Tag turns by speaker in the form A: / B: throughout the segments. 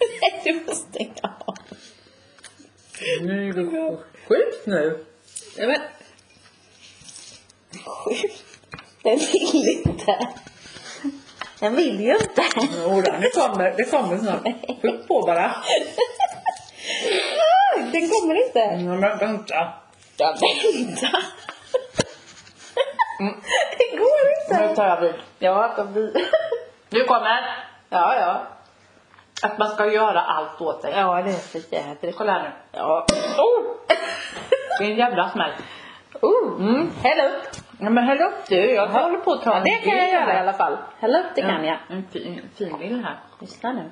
A: Nej, du får stänga av.
B: Nej, det är sjukt nu. Nej, men.
A: Sjukt. Den vill inte. Den vill ju inte.
B: Jodå, det kommer, det kommer snart. Skjut på bara.
A: Den kommer inte.
B: Nej, men vänta.
A: Jag väntar. Det går
B: Nu
A: inte.
B: tar jag vid. Ja, kom vi. Nu kommer. Ja, ja. Att man ska göra allt åt sig.
A: Ja, det är så jädrigt.
B: Kolla här nu.
A: Ja.
B: Oh! Det är en jävla smäll.
A: Oh,
B: Mm.
A: häll upp.
B: Ja, men häll upp du. Jag håller på att ta
A: Ja,
B: en
A: det kan jag
B: bild
A: göra i
B: här.
A: alla fall. Häll upp, det kan
B: En-
A: jag.
B: En fin, en fin bild här.
A: Lyssna nu.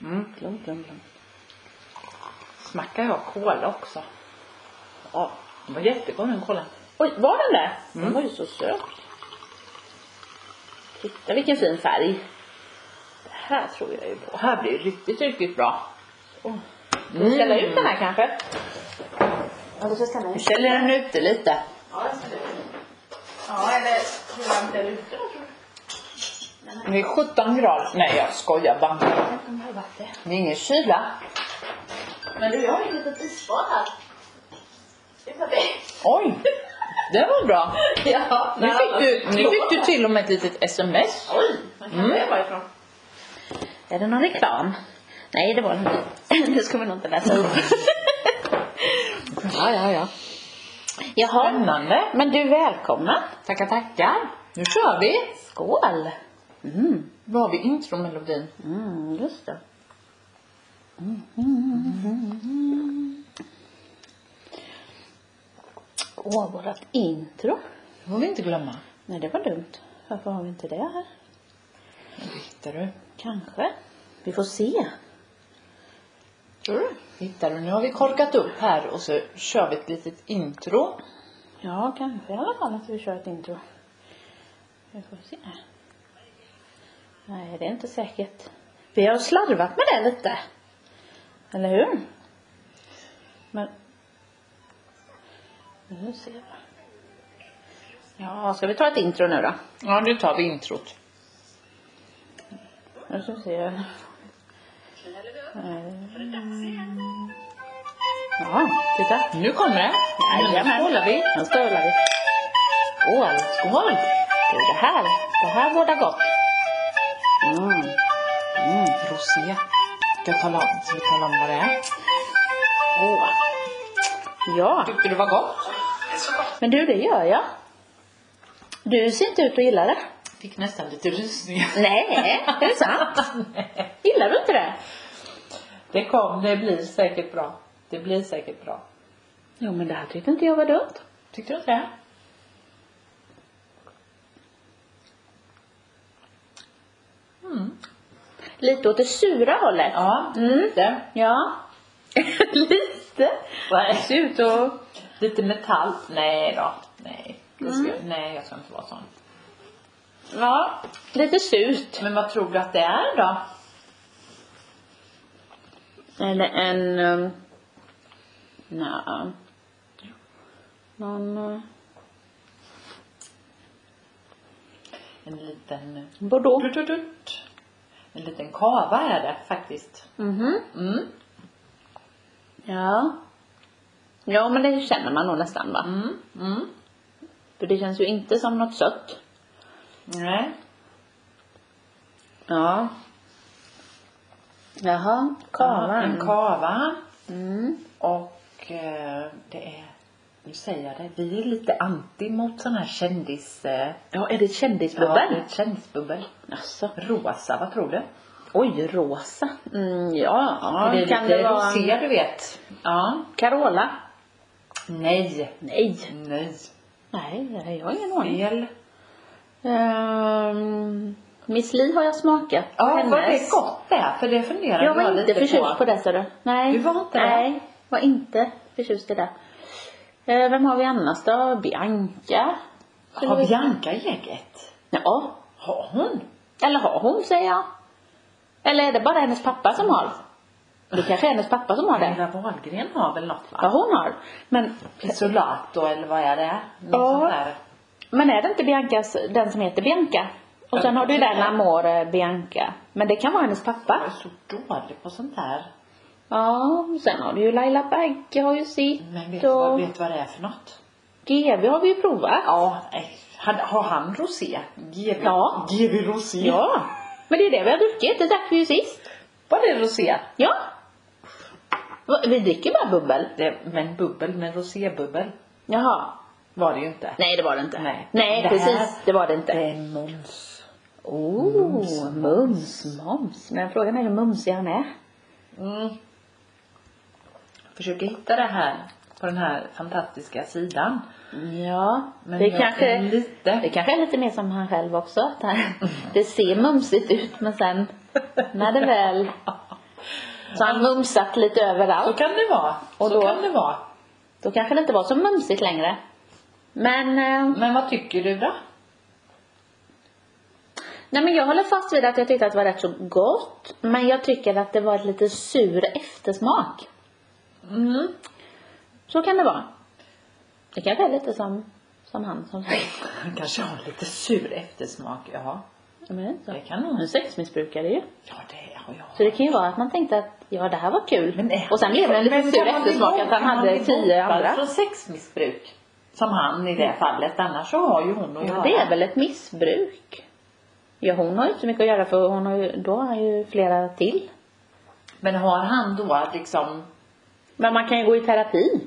B: Mm.
A: Glöm, glöm, glöm.
B: Smackar jag kola också?
A: Ja.
B: Den var jättegod den kolan.
A: Oj, var den det? Den
B: Mm.
A: var ju så söt. Titta vilken fin färg. Det här tror jag ju på.
B: Och här blir det riktigt, riktigt bra.
A: Oh. Ska vi ställa ut den här kanske?
C: Eller så ska man...
A: Nu ställer den ute lite.
C: Ja, eller hur varmt är det ute?
B: Det är 17 grader. Nej, jag skojar bara.
C: Jag kommer ihåg att det.
B: Det är ingen kyla.
C: Men du, jag har ju ett litet isbad här. Det är perfekt.
B: Oj! Det var bra.
C: Ja,
B: Nu fick, du, nu fick du till och med ett litet sms.
C: Oj, var kan det vara ifrån?
A: Mm. Är det någon reklam? Nej, det var det inte. Det ska man nog inte läsa upp.
B: Ja, ja, ja.
A: Jaha,
B: Spännande.
A: men du välkomna. Tackar, tackar.
B: Nu kör vi.
A: Skål. Mm,
B: Då har vi intromelodin.
A: mm just det. Åh, vårat intro.
B: Det får vi inte glömma.
A: Nej, det var dumt. Varför har vi inte det här?
B: Hittar du?
A: Kanske. Vi får se.
B: Tror du? Hittar du? Nu har vi korkat upp här och så kör vi ett litet intro.
A: Ja, kanske i alla fall att vi kör ett intro. Vi får se. Nej, det är inte säkert. Vi har slarvat med det lite. Eller hur? Men... Nu ser vi. Ja, ska vi ta ett intro nu då?
B: Ja, nu tar vi introt.
A: Nu ska vi se. Eh, Ja, titta.
B: Nu kommer det.
A: Jajamän.
B: Nu skålar vi.
A: Nu skålar vi.
B: Skål. Skål.
A: Du, det här, det här bådar gott. Mm. Mm.
B: Rosé. Ska jag tala om, ska vi tala om vad det är?
A: Åh. Ja,
B: Tyckte du var gott?
A: men du det gör jag. Du ser inte ut att gilla det.
B: Fick nästan lite rysningar.
A: Nej, är det sant? Gillar du inte det?
B: Det kom, det blir säkert bra. Det blir säkert bra.
A: Jo, men det här tyckte inte jag var dumt.
B: Tyckte du inte det? Mm.
A: Lite åt det sura hållet.
B: Ja,
A: Mm.
B: lite.
A: Ja. Lite. Det
B: Nej.
A: ser ut att...
B: Lite metall. Nej då. Nej. Det ska, Nej, jag ska inte vara sån.
A: Mm. Ja. Lite surt.
B: Men vad tror du att det är då?
A: Eller en... Um, Nja. Någon... eh,
B: En liten...
A: Bordeaux.
B: Tut, tut, tut. En liten kava är det faktiskt.
A: Mhm.
B: Mm.
A: Ja. Ja, men det känner man nog nästan va?
B: Mm. Mm.
A: För det känns ju inte som något sött.
B: Nej.
A: Ja. Jaha,
B: Ja,
A: kavan.
B: En kava.
A: Mm.
B: Och eh, det är... Nu säger jag det. Vi är lite anti mot sån här kändis... Eh,
A: Ja, är det
B: ja, det
A: kändisbubbel?
B: är ett kändisbubbel.
A: Alltså,
B: Rosa, vad tror du?
A: oj, rosa. Mm, ja,
B: är det
A: kan
B: lite
A: det vara
B: rosé du vet? Ja.
A: Carola?
B: Nej.
A: Nej.
B: Nej.
A: Nej, nej, jag har ingen aning.
B: Fel.
A: Ehm, Miss Li har jag smakat.
B: Ja, var det
A: Hennes.
B: gott det? För det funderar
A: Jag var inte
B: lite
A: förtjust på det, sa du. Nej.
B: Du var inte det?
A: Nej, var inte förtjust i det. Eh, Vem har vi annars då? Bianca?
B: Har Bianca eget?
A: Ja.
B: Har hon?
A: Eller har hon, säger jag. Eller är det bara hennes pappa som har? Det kanske är hennes pappa som har det.
B: Linda Wahlgren har väl något
A: Ja,
B: va?
A: hon har. Men,
B: Isolato eller vad är det? Något
A: Ja.
B: sånt där.
A: men är det inte Biancas, den som heter Bianca? Och sen har du ju den Amore Bianca. Men det kan vara hennes
B: Jag är
A: pappa.
B: så dålig på sånt här.
A: Ja, och sen har du ju Laila Bagge har ju sitt
B: Men vet du vad,
A: och
B: vet du vad det är för något?
A: GV har vi ju provat.
B: Ja, nej. Han, har han rosé? GV?
A: Ja.
B: GV rosé?
A: Ja. Men det är det vi har druckit, det drack vi ju sist.
B: Var det rosé?
A: Ja. Va, Vi dricker bara bubbel.
B: Det, men bubbel, men rosébubbel
A: Jaha.
B: var det ju inte.
A: Nej det var det inte.
B: Nej.
A: Nej
B: Det här-
A: precis, det var det inte.
B: Det är mums.
A: Oh, mums, moms. Men frågan är hur mumsig han är.
B: Mm. Försöker hitta det här på den här fantastiska sidan.
A: Ja,
B: Men
A: det
B: jag
A: kanske,
B: är lite-
A: det kanske är lite mer som han själv också. Att han, det ser mumsigt ut men sen när det väl... Så han mumsat lite
B: Så
A: överallt.
B: kan det vara.
A: Och
B: så
A: då?
B: kan det vara.
A: Då kanske det inte var så mumsigt längre. Men, eh,
B: Men vad tycker du då?
A: nej men jag håller fast vid att jag tyckte att det var rätt så gott. Men jag tycker att det var ett lite sur eftersmak.
B: Mm.
A: Så kan det vara. Det kanske är lite som, som han som sagt.
B: Han kanske har lite sur eftersmak. Ja,
A: Ja, men det är inte så.
B: det kan nog.
A: En sexmissbrukare ju.
B: Ja, det har jag.
A: Så det kan ju vara att man tänkte att ja det här var kul.
B: Men är-
A: och sen blev det en liten
B: Men
A: sur
B: kan man
A: eftersmak
B: bli
A: att han
B: botad- kan man
A: hade
B: bli
A: tio
B: botad
A: andra.
B: från sexmissbruk. Som han i det fallet. Annars så har ju hon att
A: Ja,
B: göra.
A: det är väl ett missbruk. Ja hon har ju inte så mycket att göra för hon har ju, då har han ju flera till.
B: Men har han då liksom...
A: Men man kan ju gå i terapi.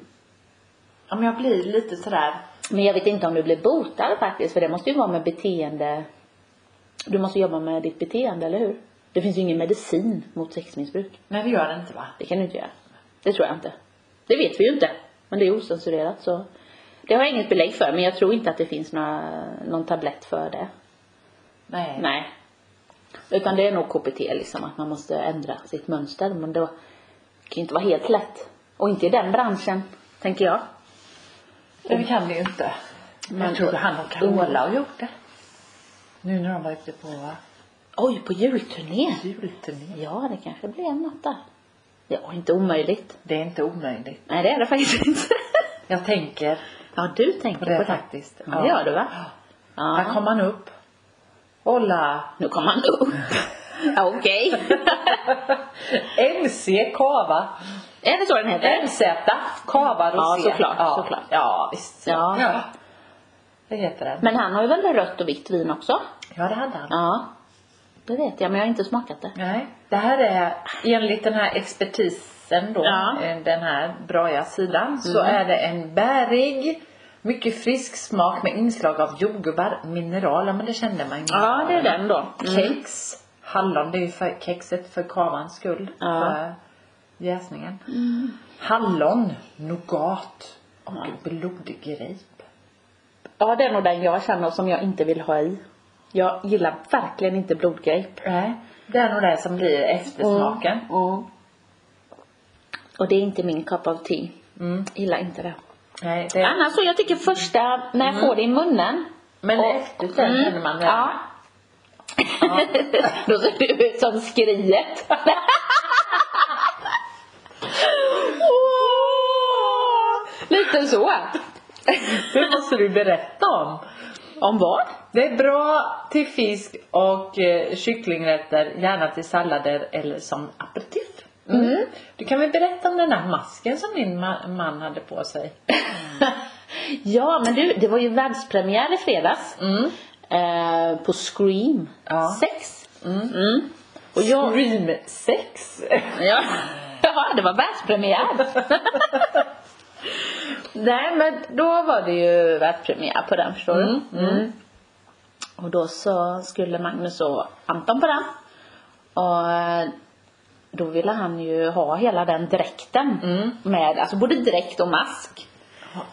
B: Ja, men jag blir lite sådär...
A: Men jag vet inte om du blir botad faktiskt för det måste ju vara med beteende. Du måste jobba med ditt beteende eller hur? Det finns ju ingen medicin mot sexmissbruk.
B: Nej, det gör det inte va?
A: Det kan du inte göra. Det tror jag inte. Det vet vi ju inte. Men det är osensurerat så. Det har jag inget belägg för men jag tror inte att det finns några, någon tablett för det.
B: Nej.
A: Nej. Utan det är nog KBT liksom att man måste ändra sitt mönster men det kan ju inte vara helt lätt. Och inte i den branschen, tänker jag.
B: Det kan det ju inte. Men jag tror du han och Carola
A: Mm.
B: har gjort det. Nu när de var ute på
A: Oj, på julturné!
B: julturné.
A: Ja, det kanske blir något där. Ja, inte omöjligt.
B: Det är inte omöjligt.
A: Nej, det är det faktiskt inte.
B: Jag tänker
A: ja, du tänker
B: på
A: på
B: det
A: det.
B: faktiskt.
A: Ja, det gör du va?
B: Ja. Här
A: Ja.
B: kom han upp. Hola!
A: Nu kom han upp. Ja, Okej.
B: MC Kava.
A: Är det så den heter?
B: MZ Kava
A: Ja,
B: Rosé.
A: såklart,
B: ja.
A: såklart.
B: Ja, visst.
A: Ja.
B: Det heter den.
A: Men han har ju väl rött och vitt vin också?
B: Ja, det hade han.
A: Ja. Det vet jag, men jag har inte smakat det.
B: Nej. Det här är enligt den här expertisen då,
A: Ja. Mm.
B: eh, den här braiga sidan, så är det en bärig, mycket frisk smak med inslag av jordgubbar, mineraler, men det kände man ju.
A: Ja, det är den då. Mm.
B: Kex, hallon, det är ju för kexet för kavans skull.
A: Ja. Mm.
B: För jäsningen. Hallon, nougat och blodgrip.
A: Ja, det är nog den jag känner som jag inte vill ha i. Jag gillar verkligen inte blodgrejp.
B: Nej, det är nog det som blir eftersmaken.
A: Mm. Och det är inte min cup of tea.
B: Mm.
A: Gillar inte det. Mm.
B: Nej, det
A: Annars så, jag tycker första, när jag får det i munnen.
B: Men
A: och- Mm.
B: efter sen känner man det.
A: Ja. Då ser du ut som skriet. Lite så.
B: det måste du berätta om.
A: Om vad?
B: Det är bra till fisk och eh, kycklingrätter, gärna till sallader eller som aperitif. Mm. Du kan väl berätta om den där masken som din ma- man hade på sig?
A: Ja, men du, det var ju världspremiär i fredags.
B: Mm.
A: Eh, på Scream
B: Ja.
A: 6. Mm. Och jag,
B: Scream sex.
A: ja, ja, det var världspremiär. Nej, men då var det ju världspremiär på den, förstår du. Mm. Och då så skulle Magnus och Anton på den. Och eh, då ville han ju ha hela den dräkten.
B: Mm.
A: Med, alltså både dräkt och mask.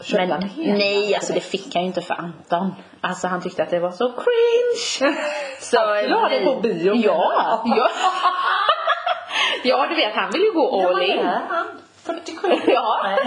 B: Köpte han hela?
A: nej, alltså det fick han ju inte för Anton. Alltså han tyckte att det var så cringe. Så eh,
B: Han la det på bio.
A: Ja, ja. ja, du vet han vill ju gå all in.
B: Ja, han. 47.
A: Ja.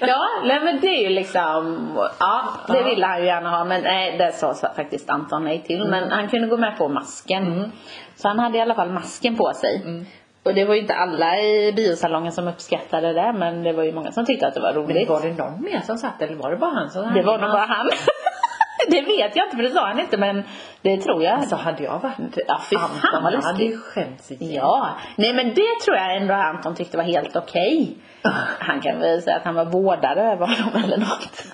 A: Ja, nej men det är ju liksom, ja det ville han ju gärna ha men nej det sa sa faktiskt Anton nej till
B: Mm.
A: men han kunde gå med på masken. Så han hade i alla fall masken på sig.
B: Mm.
A: Och det var ju inte alla i biosalongen som uppskattade det men det var ju många som tyckte att det var roligt.
B: Men var det någon mer som satt eller var det bara han som
A: Det var nog bara han. det vet jag inte för det sa han inte men det tror jag.
B: Alltså hade jag varit
A: Ja, fy fan,
B: Anton,
A: vad
B: jag hade
A: läskigt.
B: ju skämts ihjäl.
A: Ja, nej men det tror jag ändå Anton tyckte var helt okej. Han kan väl säga att han var vårdare över honom eller något.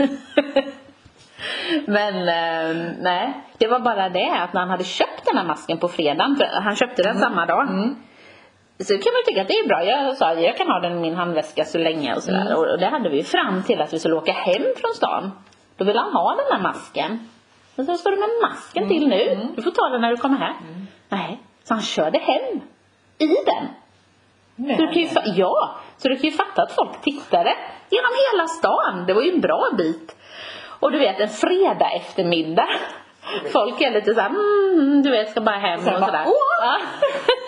A: Men eh, nej, det var bara det att när han hade köpt den här masken på fredagen, för han köpte den samma dag. Så kan man ju tycka att det är bra. Jag sa jag kan ha den i min handväska så länge och sådär. Och, och det hade vi ju fram till att vi skulle åka hem från stan. Då ville han ha den här masken. Men så vad ska du med masken till nu? Du får ta den när du kommer hem. Nej, så han körde hem i den.
B: Nej.
A: Så du kan ju, fa- ja, så du kan ju fatta att folk tittade genom hela stan. Det var ju en bra bit. Och du vet en fredag eftermiddag. Folk är lite såhär, mm, du vet ska bara hem och
B: Sen bara,
A: sådär. Ja.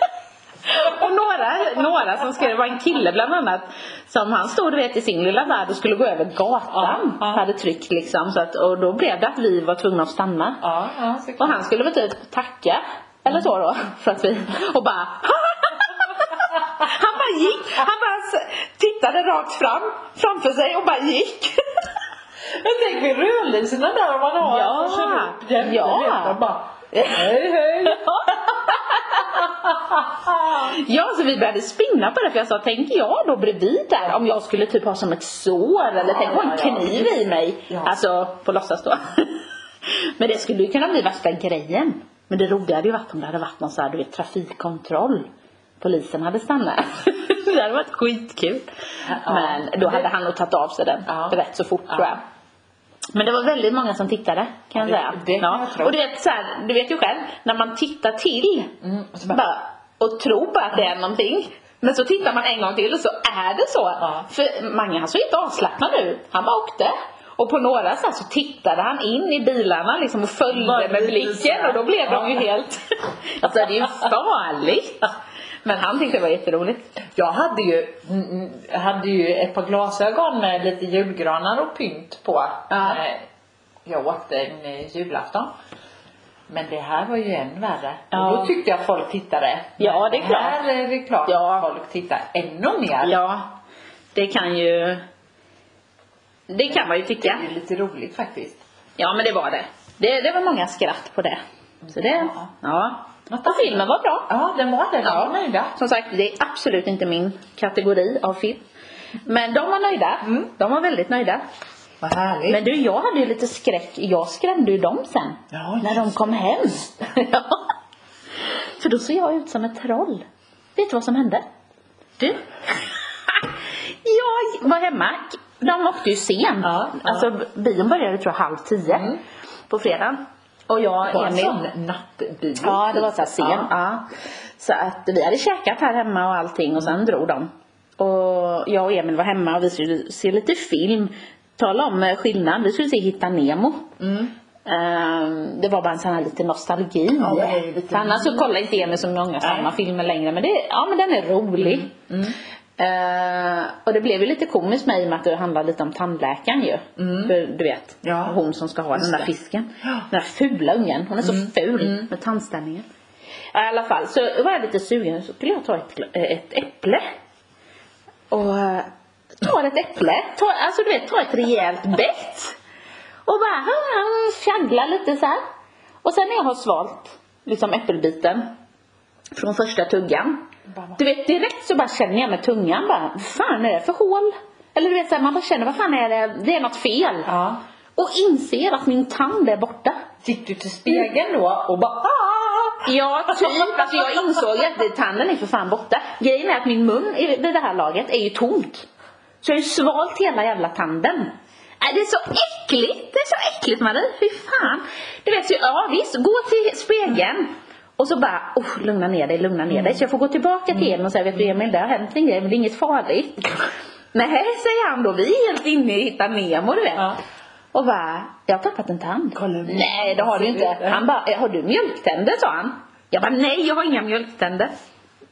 A: och några, några som skulle, det var en kille bland annat som han stod du vet i sin lilla värld och skulle gå över gatan.
B: Ja, ja.
A: Hade tryckt liksom så att, och då blev det att vi var tvungna att stanna.
B: Ja, ja, så
A: Och
B: kan
A: han skulle väl typ tacka eller så då för att vi och bara Han bara gick, han bara s- tittade rakt fram framför sig och bara gick.
B: Men tänk vid rödlyserna där om man har
A: Ja.
B: en som kör upp jämte
A: Ja.
B: ja. bara hej hej.
A: Ja, så vi började spinna på det för jag sa, tänk jag då bredvid där om jag skulle typ ha som ett sår eller tänk ha en
B: ja, ja.
A: kniv i mig.
B: Ja.
A: Alltså, på låtsas då. Men det skulle ju kunna bli värsta grejen. Men det roliga hade ju varit om det hade varit någon så här, du vet, trafikkontroll. Polisen hade stannat. det hade varit skitkul.
B: Ja.
A: Men då hade han nog tagit av sig den
B: Ja.
A: rätt så fort
B: Ja.
A: tror jag. Men det var väldigt många som tittade kan jag
B: Ja, det-
A: säga.
B: det kan jag tro.
A: Och du vet, så här, du vet ju själv, när man tittar till
B: Mm, och så bara-
A: bara, och tror bara att det är någonting. Men så tittar man en gång till och så är det så.
B: Ja.
A: För Mange han såg inte avslappnad ut. Han bara åkte. Och på några så, här så tittade han in i bilarna liksom och
B: Bara
A: följde med
B: lite så
A: blicken
B: här.
A: och då blev de ju helt... Alltså det är ju farligt. Men han tyckte det var jätteroligt.
B: Jag hade ju, mm, mm, hade ju ett par glasögon med lite julgranar och pynt på.
A: Ja.
B: Eh, Jag åt en eh, julafton. Men det här var ju än värre.
A: Ja.
B: Och då tyckte jag folk tittade.
A: Ja, det är klart.
B: Här är det klart
A: Ja.
B: att folk tittar ännu mer.
A: Ja, det kan ju... Det kan man ju tycka.
B: Det är lite roligt faktiskt.
A: Ja men det var det. Det, det var många skratt på det. Så det,
B: Ja.
A: ja.
B: Något
A: Och filmen var bra.
B: Ja, den var det. Ja. nöjda.
A: Som sagt, det är absolut inte min kategori av film. Men de var nöjda.
B: Mm.
A: De var väldigt nöjda.
B: Vad härligt.
A: Men du, jag hade ju lite skräck. Jag skrämde ju dem sen.
B: Ja,
A: när de kom hem. ja. För då såg jag ut som ett troll. Vet du vad som hände? Du. jag var hemma. De åkte ju sent.
B: Ja, ja.
A: Alltså bion började tror jag halv tio
B: Mm.
A: på fredagen. Och jag
B: var
A: och
B: en
A: Emil.
B: sån nattbil.
A: Ja, det var så här sen. Ja.
B: Ja.
A: Så att vi hade käkat här hemma och allting och sen drog de. Och jag och Emil var hemma och vi skulle se lite film. Tala om eh, skillnad. Vi skulle se Hitta Nemo. Mm. Ehm, det var bara en sån här lite nostalgi.
B: Ja, det är ju lite-
A: För annars så kollar inte Emil så många samma
B: Nej. Mm,
A: filmer längre. Men, det, ja, men den är rolig. Ehm, och det blev ju lite komiskt med i och med att det handlar lite om tandläkaren ju. För du vet,
B: Mm. Ja.
A: hon som ska ha den
B: Just
A: där
B: det.
A: fisken.
B: Ja. Mm,
A: Den där fula ungen. Hon är så ful med tandställningen. Ja, I alla fall så var jag lite sugen så skulle jag ta ett, gla- eh, ett äpple. Och eh, tar ett äpple, tar, alltså du vet, tar ett rejält bett. Och bara hmm, hmm, fjägglar lite så här. Och sen när jag har svalt liksom äppelbiten från första tuggan.
B: Bara-
A: Du vet direkt så bara känner jag med tungan bara, vad fan är det för hål? Eller du vet så här, man bara känner, vad fan är det? Det är något fel.
B: Ja.
A: Och inser att min tand är borta.
B: Gick du till spegeln då och bara ah!
A: Ja, typ. Alltså jag insåg ju att det- tanden är för fan borta. Grejen är att min mun i- vid det här laget är ju tomt. Så jag har ju svalt hela jävla tanden. Äh, det är så äckligt! Det är så äckligt Marie, fy fan. Du vet, så, ja visst, gå till spegeln. Och så bara, oh, lugna ner dig, lugna ner dig. Så jag får gå tillbaka till Emil och säga, vet du Emil, det har hänt en grej, men det är inget farligt. Nej, säger han då, vi är helt inne i Hitta Nemo du vet.
B: Ja.
A: Och bara, jag har tappat en tand.
B: Kolla hur
A: Nej det har du inte. Han bara, "Eh, har du mjölktänder? sa han. Jag bara, nej jag har inga mjölktänder.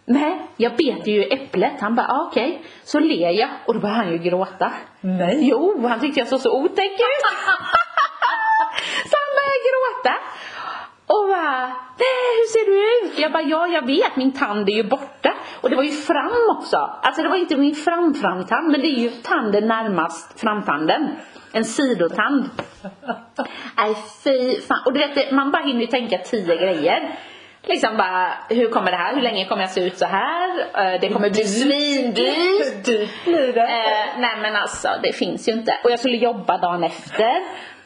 A: Nej, jag beter ju i äpplet. Han bara, ah, okej. Så ler jag och då började han ju gråta.
B: Nej.
A: Jo, han tyckte jag såg så otäck ut. så han började gråta. Och bara, nej "Äh, hur ser du sjuk? Jag bara, ja jag vet, min tand är ju borta. Och det var ju fram också. Alltså det var inte min framframtand, men det är ju tanden närmast framtanden. En sidotand. Nej fy fan. Och du vet, det- man bara hinner ju tänka tio grejer. Liksom bara, hur kommer det här? Hur länge kommer jag se ut så här? Eh, Det kommer bli svindyrt.
B: Dyrt blir det.
A: Eh, nej men alltså det finns ju inte. Och jag skulle jobba dagen efter.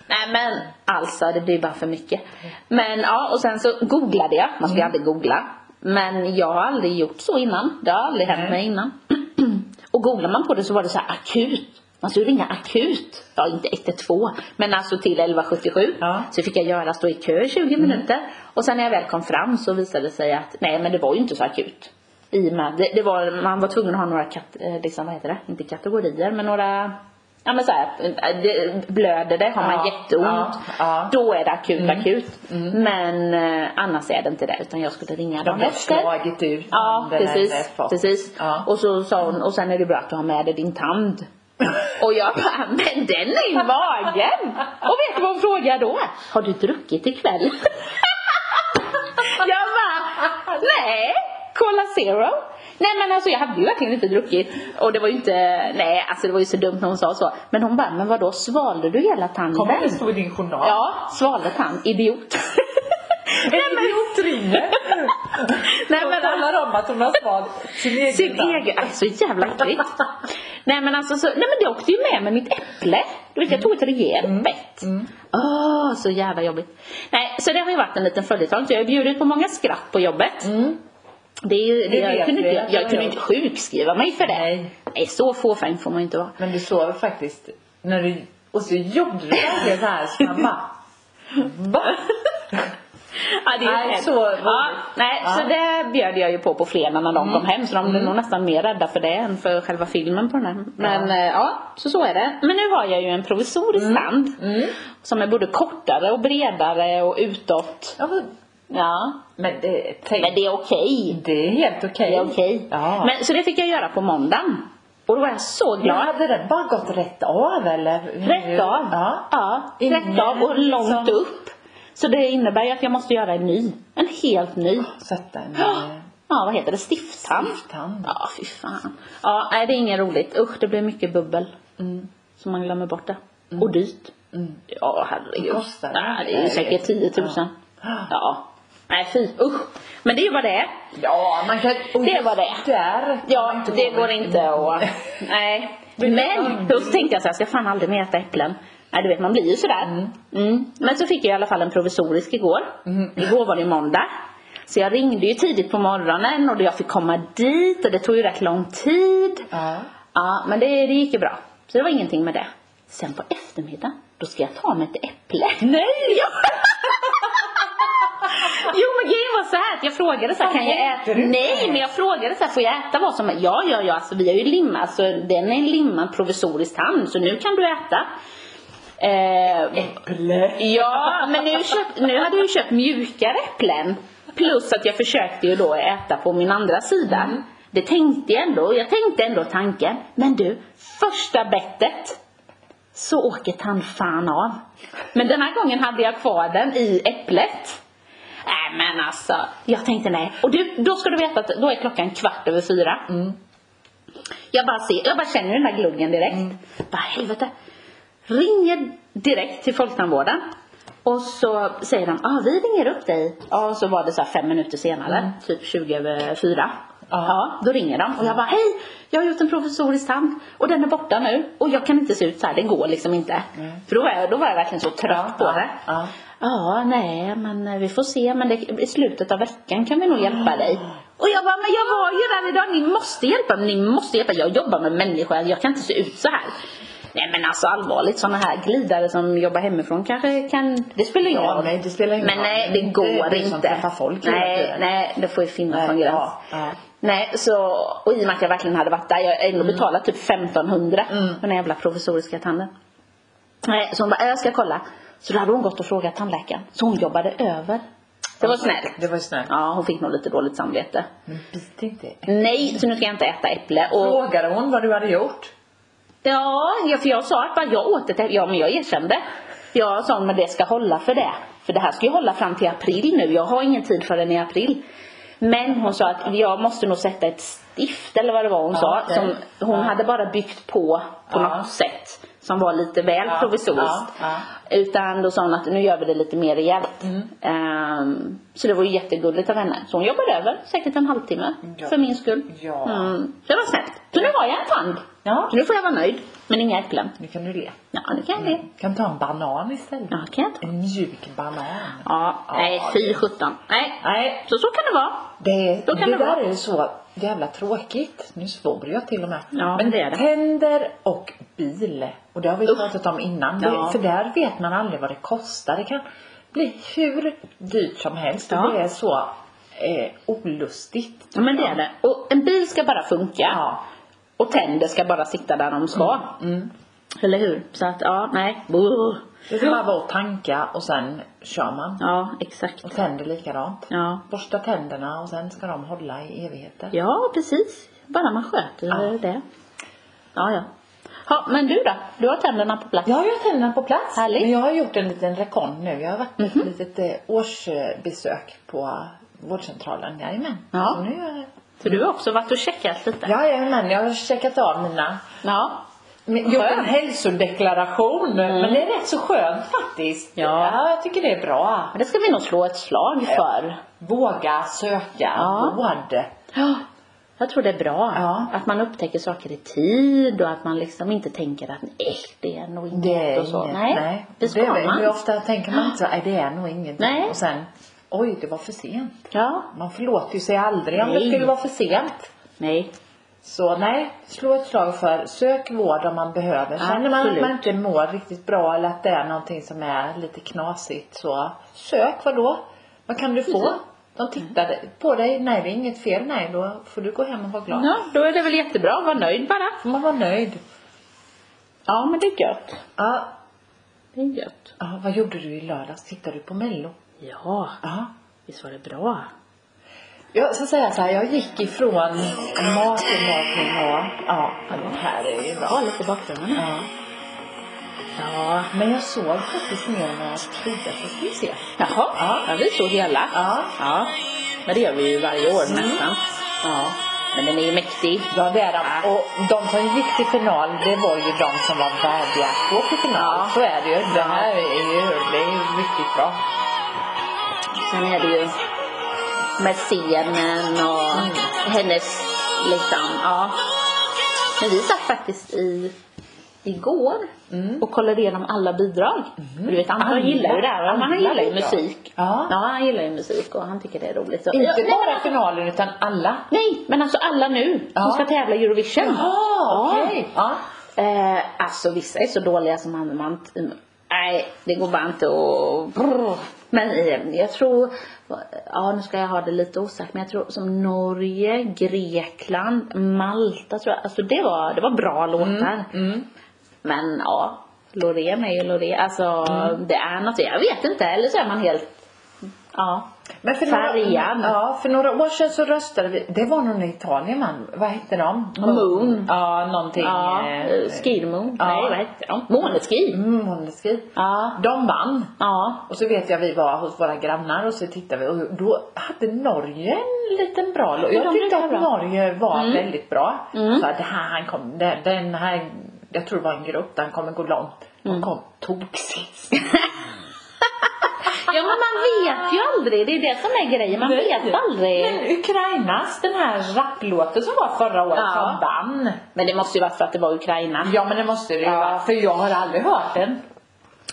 A: Nej men alltså det blir bara för mycket. Men ja och sen så googlade jag. Man ska
B: Mm.
A: ju aldrig googla. Men jag har aldrig gjort så innan. Det har aldrig hänt
B: Nej.
A: mig innan. och googlar man på det så var det så här akut. Man skulle ringa akut. Ja inte 112 men alltså till 1177.
B: Ja.
A: Så fick jag göra stå i kö i 20
B: Mm.
A: minuter. Och sen när jag väl kom fram så visade det sig att nej men det var ju inte så akut. I och med, det, det var, man var tvungen att ha några kat, eh, liksom, vad heter det? Inte kategorier men några Ja men såhär, det, blöder det, har man
B: Ja,
A: jätteont,
B: ja, ja. Mm.
A: då är det akut akut. Men eh, annars är det inte det utan jag skulle ringa
B: De
A: dagen
B: har
A: efter.
B: slagit ut
A: Ja
B: handen eller
A: precis,
B: fått.
A: precis.
B: Ja.
A: Och så sa hon, och sen är det bra att du har med dig din tand. Och jag bara, men den är i magen! Och vet du vad hon frågar då? Har du druckit ikväll? Jag bara, nej, Cola Zero. Nej men alltså jag hade ju verkligen inte druckit. Och det var ju inte, nej alltså det var ju så dumt när hon sa så. Men hon bara, men vadå svalde du hela tanden?
B: Kommer det stå i din journal?
A: Ja, svalde tand, idiot.
B: En idiot ringer.
A: nej
B: och
A: men
B: talar om att hon har svalt sin egen
A: Sin
B: tand.
A: egen, alltså så jävla äckligt. nej men alltså så, nej men det åkte ju med med mitt äpple. Du vet jag tog ett rejält
B: Mm.
A: bett. Åh så jävla jobbigt. Nej så det har ju varit en liten följetong så jag har bjudit på många skratt på jobbet. Det är ju, det
B: Mm. Det
A: jag,
B: vet
A: kunde
B: vi
A: inte, jag,
B: att du har
A: jag kunde
B: gjort.
A: inte sjukskriva mig för det.
B: Nej.
A: Nej så fåfäng får man ju inte vara.
B: Men du sover faktiskt när du... Och så gjorde du verkligen så här så man bara... Va?
A: Ja, det är ju
B: Nej,
A: hemskt.
B: så roligt.
A: ja, nej,
B: Ja. Mm.
A: så det bjöd jag ju på på fredag när de kom hem så de blev nog nästan mer rädda för det än för själva filmen på den här. Men ja, ja så så är det. Men nu har jag ju en provisorisk
B: Mm.
A: tand som är både kortare och bredare och utåt.
B: Ja, men-
A: Ja,
B: men det... Tänk,
A: men det är okej.
B: det är helt okej.
A: Det är okej.
B: Ja.
A: Men, så det fick jag göra på måndagen. Och då var jag så
B: Men
A: glad.
B: hade den bara gått rätt av eller?
A: Rätt av.
B: Ja.
A: ja
B: Ingen
A: rätt av och långt
B: som-
A: upp. Så det innebär ju att jag måste göra en ny. En helt ny.
B: Så att den...
A: Ja, vad heter det? Stifttand.
B: Stifttand.
A: Ja, fy fan. Ja, nej, det är inget roligt. Usch, det blir mycket bubbel.
B: Mm.
A: Så man glömmer bort det. Och dyrt. Ja, herregud.
B: Vad kostar Mm. det?
A: Nej, det är ju säkert 10 000. Ja. Nej, fy. Usch. Men det är ju vad det är.
B: Ja, man kan... och
A: Det var det.
B: Där.
A: Ja, det går inte att... Nej. Men då tänkte jag så här, ska jag fan aldrig mer äta äpplen. Nej, du vet man blir ju sådär. Mm. Men så fick jag i alla fall en provisorisk igår. Igår var det måndag. Så jag ringde ju tidigt på morgonen och jag fick komma dit och det tog ju rätt lång tid.
B: Ja.
A: Ja, men det, det gick ju bra. Så det var ingenting med det. Sen på eftermiddagen, då ska jag ta mig ett äpple. Nej! Jo, jo men grejen var så här att jag frågade så här,
B: Fan,
A: kan jag
B: äter
A: äta?
B: du?
A: Nej, men jag frågade så här, får jag äta vad som helst? Ja, ja, ja, alltså vi har ju limmat, så den är en limmad provisorisk tand, så nu kan du äta. Eh,
B: Äpple.
A: Ja, men nu, köpt, nu hade jag ju köpt mjukare äpplen. Plus att jag försökte ju då äta på min andra sida. Det tänkte jag ändå, jag tänkte ändå tanken. Men du, första bettet så åker tandfan av. Men den här gången hade jag kvar den i äpplet. Nej men alltså, jag tänkte nej. Och du, då ska du veta att då är klockan kvart över fyra.
B: Mm.
A: Jag bara, ser, jag bara känner den där gluggen direkt.
B: Mm.
A: Bara helvete. Ringer direkt till folktandvården. Och så säger de, ah, vi ringer upp dig. Ja, och så var det så här fem minuter senare, typ 20 över fyra.
B: Mm. Ja.
A: Ja, då ringer de och jag bara, hej, jag har gjort en provisorisk tand och den är borta nu och jag kan inte se ut så här, det går liksom inte. För då var, jag, då var jag verkligen så trött på
B: Mm. ja,
A: det.
B: ja.
A: Ja, nej, men eh, vi får se. Men det, i slutet av veckan kan vi nog hjälpa dig. Och jag bara, men jag var ju där idag. Ni måste hjälpa mig. Ni måste hjälpa mig. Jag jobbar med människor. Jag kan inte se ut så här. Nej men alltså allvarligt, sådana här glidare som jobbar hemifrån kanske kan... Det spelar ingen
B: Ja,
A: roll.
B: nej, det spelar ingen
A: Men
B: roll.
A: nej, det
B: Det är
A: går
B: du som
A: inte.
B: träffar folk hela
A: nej,
B: tiden.
A: nej, det får ju finnas
B: Nej,
A: någon gräns.
B: ja, ja.
A: Nej, så, och i och med att jag verkligen hade varit där. Jag har ändå betalat typ 1500 för den här jävla provisoriska tanden. Nej, så hon bara, "Äh, jag ska kolla. Så då hade hon gått och frågat tandläkaren. Så hon jobbade över. Det var snällt.
B: Det var snällt.
A: Ja, hon fick nog lite dåligt samvete.
B: Men bit inte.
A: Nej, så nu ska jag inte äta äpple. Och,
B: Frågade hon vad du hade gjort?
A: ja, ja, för jag sa att bara, jag åt ett äpple. Ja, men jag erkände. Jag sa, men det ska hålla för det. För det här ska ju hålla fram till april nu. Jag har ingen tid förrän i april. Men hon sa att jag måste nog sätta ett stift eller vad det var hon
B: Ja,
A: sa.
B: okej.
A: Som hon
B: Ja.
A: hade bara byggt på på
B: Ja.
A: något sätt. Som var lite väl
B: Ja,
A: provisoriskt.
B: ja, Mm.
A: Utan då sa hon att nu gör vi det lite mer rejält. Ehm, så det var ju jättegulligt av henne. Så hon jobbade över säkert en halvtimme.
B: Ja.
A: För min skull.
B: Ja.
A: Mm. Så det var snällt. Så nu har jag en tand.
B: Ja.
A: Så nu får jag vara nöjd. Men inga äpplen.
B: Nu kan du le.
A: Ja, nu kan jag det.
B: Kan ta en banan istället.
A: Ja, kan jag ta.
B: En mjuk banan.
A: Ja, nej fy sjutton. Nej.
B: Nej,
A: Så så kan det vara.
B: det,
A: Då kan
B: det
A: det vara.
B: där är ju så jävla tråkigt. Nu svor jag till och med.
A: Ja,
B: Men
A: det är det.
B: tänder och bil. Och det har vi
A: Usch.
B: pratat om innan.
A: Ja.
B: Det, för där vet man aldrig vad det kostar. Det kan bli hur dyrt som helst.
A: Ja.
B: Och det är så eh, olustigt.
A: Ja men det är det. Och en bil ska bara funka.
B: Ja.
A: Och tänder ska bara sitta där de ska. Eller hur? Så att ja, nej. Brr.
B: Det ska bara vara att tanka och sen kör man.
A: Ja, exakt.
B: Och tänder likadant.
A: Ja.
B: Borsta tänderna och sen ska de hålla i evigheter.
A: Ja, precis. Bara man sköter
B: Ja.
A: det. Ja, ja. Ja, men du då? Du har tänderna på plats?
B: Jag har ju tänderna på plats.
A: Härligt. Mhm.
B: Men jag har gjort en liten rekon nu. Jag har varit på ett litet eh, årsbesök på vårdcentralen. Jajamän.
A: Ja.
B: Så nu är jag...
A: Så du har också varit och checkat lite?
B: Jajamän, jag har checkat av mina.
A: Ja.
B: men Gjort en
A: Skönt. Mm.
B: hälsodeklaration. Men det är rätt så skönt faktiskt.
A: Ja.
B: jag tycker det är bra.
A: Men det ska vi nog slå ett slag för.
B: Våga söka
A: Ja.
B: vård.
A: Ja. Jag tror det är bra.
B: Ja.
A: Att man upptäcker saker i tid och att man liksom inte tänker att nej, det är nog inget
B: Det är
A: och så.
B: inget.
A: Nej, det ska
B: är väl-
A: man.
B: Hur ofta tänker man inte så, nej det är nog ingenting.
A: Nej.
B: Och sen, oj det var för sent.
A: Ja.
B: Man förlåter ju sig aldrig om det
A: Nej.
B: skulle vara för sent.
A: Nej.
B: Så nej, slå ett slag för sök vård om man behöver. Känner man att
A: Absolut.
B: man inte mår riktigt bra eller att det är någonting som är lite knasigt så sök vad då? Vad kan du få?
A: Precis.
B: De tittar på dig, nej det är inget fel, nej då får du gå hem och vara glad.
A: Ja, då är det väl jättebra. Var nöjd bara.
B: Får man vara nöjd.
A: Ja, men det är gött.
B: Ja,
A: Det är gött.
B: ja, vad gjorde du i lördags? Tittade du på mello?
A: Ja,
B: Ja.
A: visst var det bra?
B: Jag ska säga så här, jag gick ifrån matinlagning och... Ja, det här är ju
A: Ja,
B: bra.
A: lite bakgrunden.
B: Ja.
A: Ja.
B: Men jag såg faktiskt mer än vad jag trodde. Så ska vi se.
A: Jaha,
B: Ja.
A: ja. vi såg hela.
B: Ja. Mm.
A: ja. Men det gör vi ju varje år nästan. Ja. Men den är ju mäktig.
B: Ja, det är de. Och de som gick till final, det var ju de som var värdiga att gå till final.
A: Ja.
B: Så är det ju. Det här är ju, det är ju mycket bra.
A: Sen är det ju med scenen och
B: Mm.
A: hennes liksom, ja. Men vi satt faktiskt i igår
B: Mm.
A: och kollade igenom alla bidrag. För Du vet Anton
B: Alla-
A: gillar ju det här. Ja, men Han
B: alla
A: gillar ju
B: bidrag.
A: musik.
B: Ja.
A: ja, han gillar ju musik och han tycker det är roligt. Så. Ja,
B: Inte
A: nej, men
B: bara
A: alltså-
B: finalen, utan alla.
A: Nej, men alltså alla nu
B: Ja.
A: som ska tävla i Eurovision. Ah,
B: Jaha, okej. Ja.
A: Eh, alltså vissa är så dåliga som man, man t- Nej, det går bara inte att... brr. Men eh, jag tror, ja nu ska jag ha det lite osagt, men jag tror som Norge, Grekland, Malta tror jag. Alltså det var, det var bra låtar. Men ja, Loreen är ju Loreen. Alltså det är något, jag vet inte. Eller så är man helt, ja.
B: Men för
A: Färjan.
B: några, ja, för några år sedan så röstade vi, det var någon i Italien man, vad hette de?
A: Moon.
B: Ja, någonting.
A: Ja,
B: eh,
A: eh, Skirmo.
B: ja.
A: Nej, vad hette de? Måneski.
B: Mm, Måneskin.
A: Ja.
B: De vann.
A: Ja,
B: Och så vet jag vi var hos våra grannar och så tittade vi och då hade Norge en liten bra låt.
A: Ja,
B: Jag
A: de
B: tyckte
A: brukar vara
B: att
A: bra. Mm.
B: Norge var väldigt bra. Så här, det här han kom, den, den här, jag tror det var en grupp, den kommer gå långt.
A: Mm.
B: De kom toksist.
A: Ja men man vet ju aldrig, det är det som är grejen, man vet aldrig.
B: Men Ukrainas, den här rapplåten som var förra året
A: Ja.
B: som vann.
A: Men det måste ju vara för att det var Ukraina.
B: Ja men det måste det ju
A: Ja.
B: vara, för jag har aldrig hört den.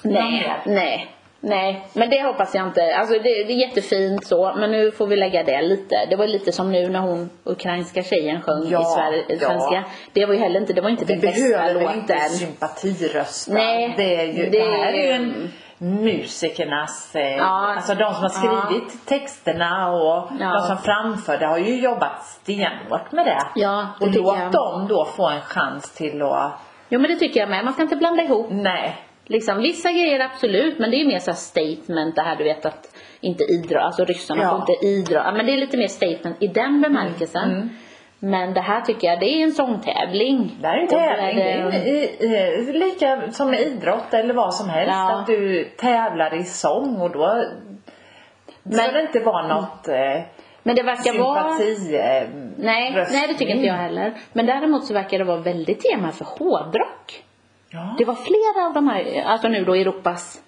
A: Nej, nej, nej. Men det hoppas jag inte, alltså det, det är jättefint så, men nu får vi lägga det lite. Det var ju lite som nu när hon, ukrainska tjejen sjöng
B: Ja,
A: i Sverige,
B: ja.
A: svenska. Det var ju heller inte, det var inte
B: Vi
A: den bästa
B: behöver väl inte
A: låten.
B: sympatirösta.
A: Nej,
B: det, är ju, det,
A: det-
B: här är ju en musikernas, eh,
A: Ja.
B: alltså de som har skrivit texterna och
A: Ja.
B: de som framför det har ju jobbat stenhårt med det.
A: Ja, det
B: och
A: tycker
B: låt
A: jag.
B: dem då få en chans till att,
A: Jo men det tycker jag med, man ska inte blanda ihop
B: nej.
A: Liksom, vissa grejer absolut, men det är ju mer så här statement det här du vet att inte idra, alltså ryssarna
B: Ja.
A: får inte idra. Ja, Men det är lite mer statement i den bemärkelsen.
B: Mm,
A: Men det här tycker jag, det är en sångtävling.
B: Det här är en
A: Och eh, då
B: tävling, det
A: det-
B: är en- i, i, lika som med idrott eller vad som helst.
A: Ja.
B: Att du tävlar i sång och då ska
A: Men-
B: det inte vara något eh,
A: Men det verkar vara...
B: Sympati. eh,
A: Nej,
B: röstning.
A: nej, det tycker inte jag heller. Men däremot så verkar det vara väldigt tema för hårdrock.
B: Ja.
A: Det var flera av de här, alltså nu då Europas,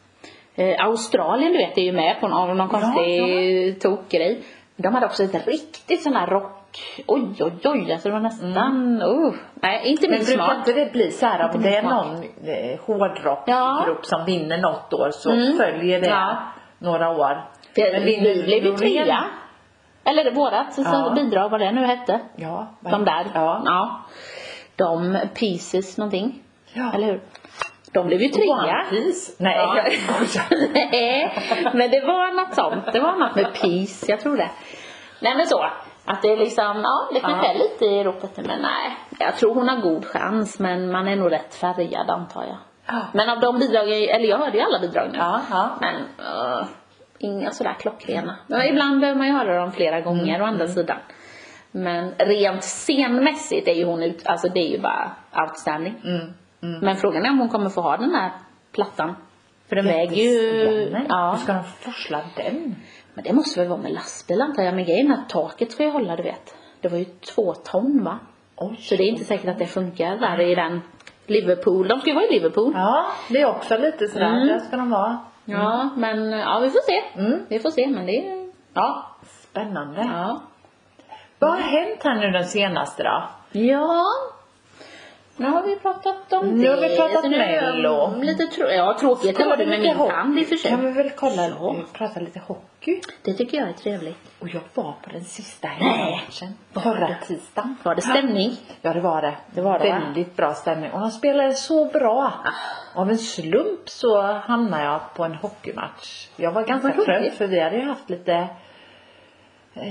A: eh, Australien du vet är ju med på någon, av någon konstig ja. tokgrej. De hade också ett riktigt sån här rock, oj oj oj, alltså det var nästan, uh, nej inte
B: Mm. Men
A: min
B: brukar
A: smak.
B: inte det bli så här om
A: min
B: det är
A: smak.
B: någon eh, hårdrockgrupp som vinner något år så
A: Mm.
B: följer det
A: Ja.
B: några år.
A: Det, vi blev ju
B: Loreen-
A: trea. Eller vårat så,
B: Ja.
A: bidrag, vad det nu hette.
B: Ja, vad-
A: De där.
B: Ja.
A: De, Pieces någonting.
B: Ja.
A: Eller hur? De blev ju trea.
B: One Piece. Nej,
A: Ja.
B: jag skojar.
A: Nej, men det var något sånt. Det var något med peace, jag tror det. Nej men så. Att det är liksom, ja det kanske
B: Ja.
A: är lite i ropet men nej. Jag tror hon har god chans men man är nog rätt färgad antar jag.
B: Ja.
A: Men av de bidrag, jag- eller jag hörde ju alla bidrag nu.
B: Ja, ja.
A: Men eh, inga sådär klockrena. Men ibland behöver man ju höra dem flera gånger
B: Mm,
A: å andra sidan. Men rent scenmässigt är ju hon ut, alltså det är ju bara outstanding.
B: Mm.
A: Men frågan är om hon kommer få ha den här plattan. För den väger ju...
B: Jättespännande.
A: Ja.
B: Hur ska de forsla den?
A: Men det måste väl vara med lastbil antar jag. Men grejen är att taket ska ju hålla du vet. Det var ju två ton va?
B: Oj.
A: Så det är inte säkert att det funkar där i den Liverpool. De ska ju vara i Liverpool.
B: Ja, det är också lite sådär.
A: Mm.
B: Där ska de vara.
A: Ja, men ja vi får se.
B: Mm.
A: Vi får se men det är... Ja.
B: Spännande.
A: Ja.
B: Vad har hänt här nu den senaste då?
A: Ja. Nu har vi pratat om
B: Nu
A: det.
B: har vi pratat
A: Så nu är jag
B: Mello.
A: Lite trå- ja, tråkigt
B: Kolla
A: var det med
B: lite
A: min
B: hockey.
A: tand i och för
B: Kan vi
A: sig.
B: väl kolla,
A: Så.
B: prata lite hockey?
A: Det tycker jag är trevligt.
B: Och jag var på den sista
A: Nej.
B: hemmamatchen. Förra tisdagen.
A: Var det stämning?
B: Ja det var det. Det var
A: det, va?
B: Väldigt bra stämning. Och de spelade så bra. Av en slump så hamnade jag på en hockeymatch. Jag var ganska
A: Vad roligt.
B: trött för vi hade ju haft lite eh,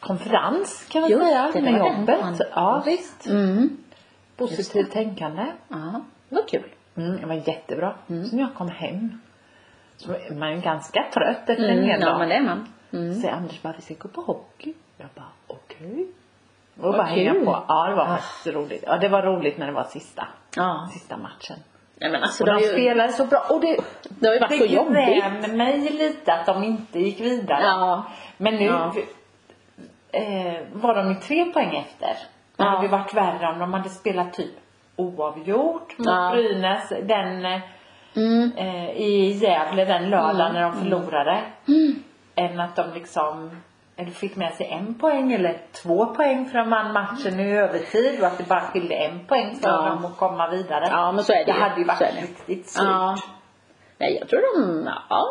B: konferens kan man
A: Just
B: säga
A: det, det
B: med
A: var den
B: jobbet.
A: dagen.
B: Ja visst.
A: Mm.
B: Positivt tänkande.
A: Ja, vad kul.
B: Mm, det var jättebra. Så när jag kom hem så var man ju ganska trött efter en hel
A: Mm, ja,
B: dag.
A: men det är man. Mm.
B: Så Anders bara, vi ska gå på hockey. Jag bara, okej. Och bara
A: Vad
B: hänga
A: kul.
B: på. Ja, det var faktiskt roligt. Ja, det var roligt när det var sista.
A: Ja.
B: Sista matchen.
A: Nej men alltså
B: Och
A: det
B: de
A: har ju,
B: spelade så bra. Och det,
A: det har ju varit så jobbigt.
B: grämer mig lite att de inte gick vidare.
A: Ja.
B: Men nu
A: Ja.
B: eh, var de ju tre poäng efter.
A: Ja.
B: Det hade ju varit värre om de hade spelat typ oavgjort mot
A: Ja.
B: Brynäs. Den... Eh,
A: Mm.
B: eh, i Gävle den lördagen
A: Mm,
B: när de förlorade. Än att de liksom eller fick med sig en poäng eller två poäng för de vann matchen i övertid och att det bara skilde en poäng för
A: Ja.
B: dem att komma vidare.
A: Ja men så är det
B: det hade ju
A: Så
B: varit
A: är det.
B: riktigt surt.
A: Ja. Nej jag tror de, ja.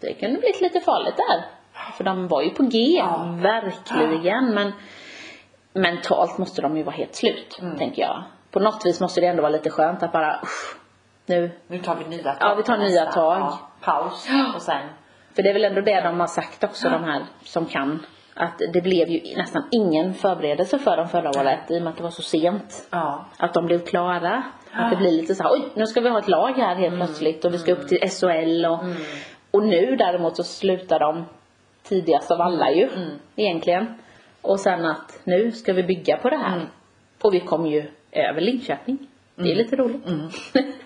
A: Det kunde blivit lite farligt där. För de var ju på G,
B: Ja.
A: verkligen. Men mentalt måste de ju vara helt slut, tänker jag. På något vis måste det ändå vara lite skönt att bara, uff, nu.
B: Nu tar vi nya tag.
A: Ja, vi tar nya
B: nästa.
A: tag.
B: Ja, paus och sen.
A: För det är väl ändå det de har sagt också, de här som kan. Att det blev ju nästan ingen förberedelse för dem förra året i och med att det var så sent.
B: Ja.
A: Att de blev klara. Att det
B: Ah.
A: blir lite så här, oj nu ska vi ha ett lag här helt
B: Mm.
A: plötsligt och vi ska upp till SHL och, och nu däremot så slutar de tidigast av alla ju
B: Mm.
A: egentligen. Och sen att nu ska vi bygga på det här.
B: Mm.
A: Och vi kom ju över Linköping. Det är lite roligt.
B: Mm.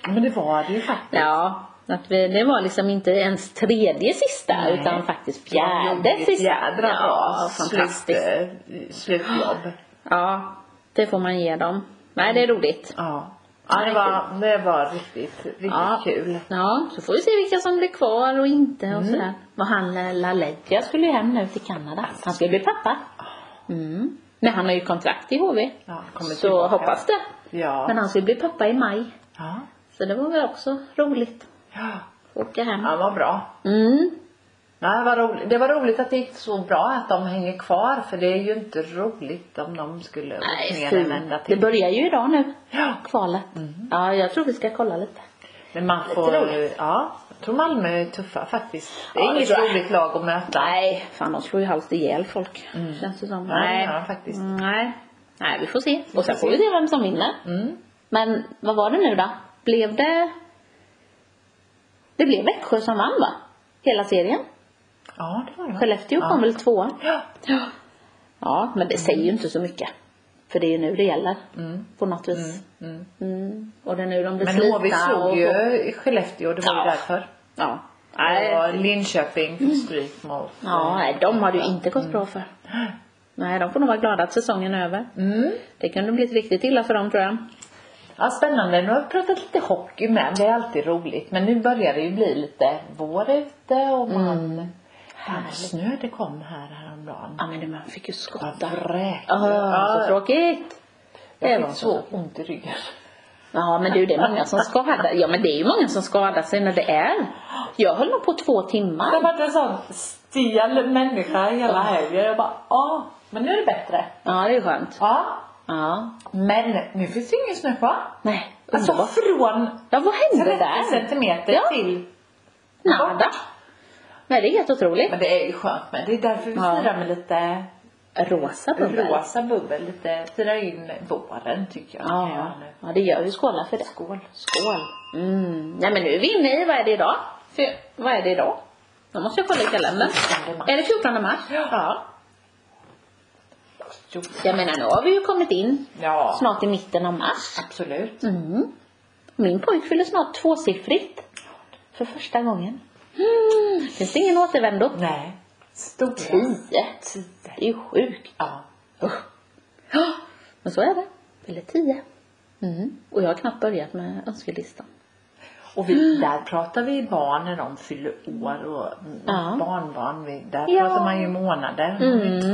B: Men det var det ju faktiskt.
A: ja, att vi, det var liksom inte ens tredje sista
B: Nej.
A: utan faktiskt
B: De gjorde
A: fjärde
B: ett
A: sista.
B: Jädra bra
A: ja, fantastiskt.
B: Slut, eh, slutjobb.
A: Ja, det får man ge dem. Nej, det är roligt.
B: Ja. Ja, det var, det var riktigt, riktigt
A: Ja.
B: kul. Mm.
A: Ja, så får vi se vilka som blir kvar och inte och sådär. Och han eh, Laleja skulle ju hem nu till Kanada. Han skulle bli pappa. Mm. Men han har ju kontrakt i HV.
B: Ja, kommer
A: så
B: tillbaka.
A: hoppas det.
B: Ja.
A: Men han skulle bli pappa i maj.
B: Ja.
A: Så det var väl också roligt.
B: Ja,
A: Åka hem.
B: ja vad bra.
A: Mm.
B: Nej, det, var roligt. det var roligt att det gick så bra att de hänger kvar för det är ju inte roligt om de skulle åkt
A: Nej,
B: ner en
A: fint.
B: enda
A: Det
B: till.
A: börjar ju idag nu.
B: Ja. Mm.
A: Kvalet. Ja, jag tror vi ska kolla lite.
B: Men man får, ja, jag tror Malmö är tuffa faktiskt. Det är
A: Ja, det
B: inget
A: tror jag.
B: roligt lag att möta.
A: Nej, fan de slår ju halvt ihjäl folk. Känns det som.
B: Mm. Ja, det gör de faktiskt.
A: Mm, Nej. Nej, vi får se. Och sen
B: se.
A: får vi se vem som vinner.
B: Mm.
A: Men vad var det nu då? Blev det... Det blev Växjö som vann va? Hela serien.
B: Ja, det var det.
A: Skellefteå kom väl tvåa?
B: Ja.
A: Ja. Ja, men det säger ju inte så mycket. För det är ju nu det gäller.
B: Mm.
A: På något vis.
B: Mm.
A: Mm. Och det är nu de blir
B: Men HV
A: slitna
B: slog
A: och...
B: ju Skellefteå, det var ju
A: Ja.
B: därför.
A: Ja. Nej.
B: Och Linköping får stryk mot...
A: Ja, nej, de har det ju inte gått bra för. Nej, de får nog vara glada att säsongen är över.
B: Mm.
A: Det kunde blivit riktigt illa för dem tror jag.
B: Ja, spännande. Nu har vi pratat lite hockey med. Det är alltid roligt. Men nu börjar det ju bli lite vår ute och man...
A: Mm.
B: Fan vad snö det kom här häromdagen.
A: Ja, men det- man fick ju
B: Vad
A: skotta.
B: vräk.
A: Ah, Ja, så tråkigt. Det
B: Jag
A: var
B: fick så ont i ryggen.
A: Ja men du det är många som skadar Ja men det är ju många som skadar sig när det är. Jag höll nog på två
B: Det har
A: timmar.
B: varit en sån stel människa hela helgen. Jag bara, ah, men nu är det bättre.
A: Ja det är skönt.
B: Ja.
A: Ja.
B: Men nu finns det ju ingen snö kvar.
A: Nej.
B: Alltså
A: underbart.
B: från
A: Ja vad hände
B: 30
A: där?
B: centimeter
A: Ja.
B: till...
A: Nada. Nej det är helt otroligt.
B: Men det är ju skönt med. Det är därför vi
A: Ja.
B: firar med lite
A: Rosa bubbel.
B: rosa bubbel. Lite firar in våren tycker jag. Kan jag
A: Ja.
B: nu.
A: ja det gör vi. Skåla för det.
B: Skål.
A: Skål. Mm. Nej men nu är vi inne i, vad är det idag? För, vad är det idag? Nu måste jag kolla i kalendern.
B: 14 mars.
A: Är det 14 mars?
B: Ja. Jo.
A: Jag menar nu har vi ju kommit in
B: Ja.
A: snart i mitten av mars.
B: Absolut.
A: Mm. Min pojk fyller snart tvåsiffrigt. För första gången. Mm. Finns det ingen återvändo?
B: Nej. Stora.
A: Tio. Det är ju sjukt.
B: Ja.
A: Ja, Men så är det. Eller tio. Mm. Och jag har knappt börjat med önskelistan.
B: Och vi,
A: Mm.
B: där pratar vi barn när de fyller år och mm,
A: Ja.
B: barnbarn. Vi, där
A: Ja. Mm.
B: pratar man ju månader.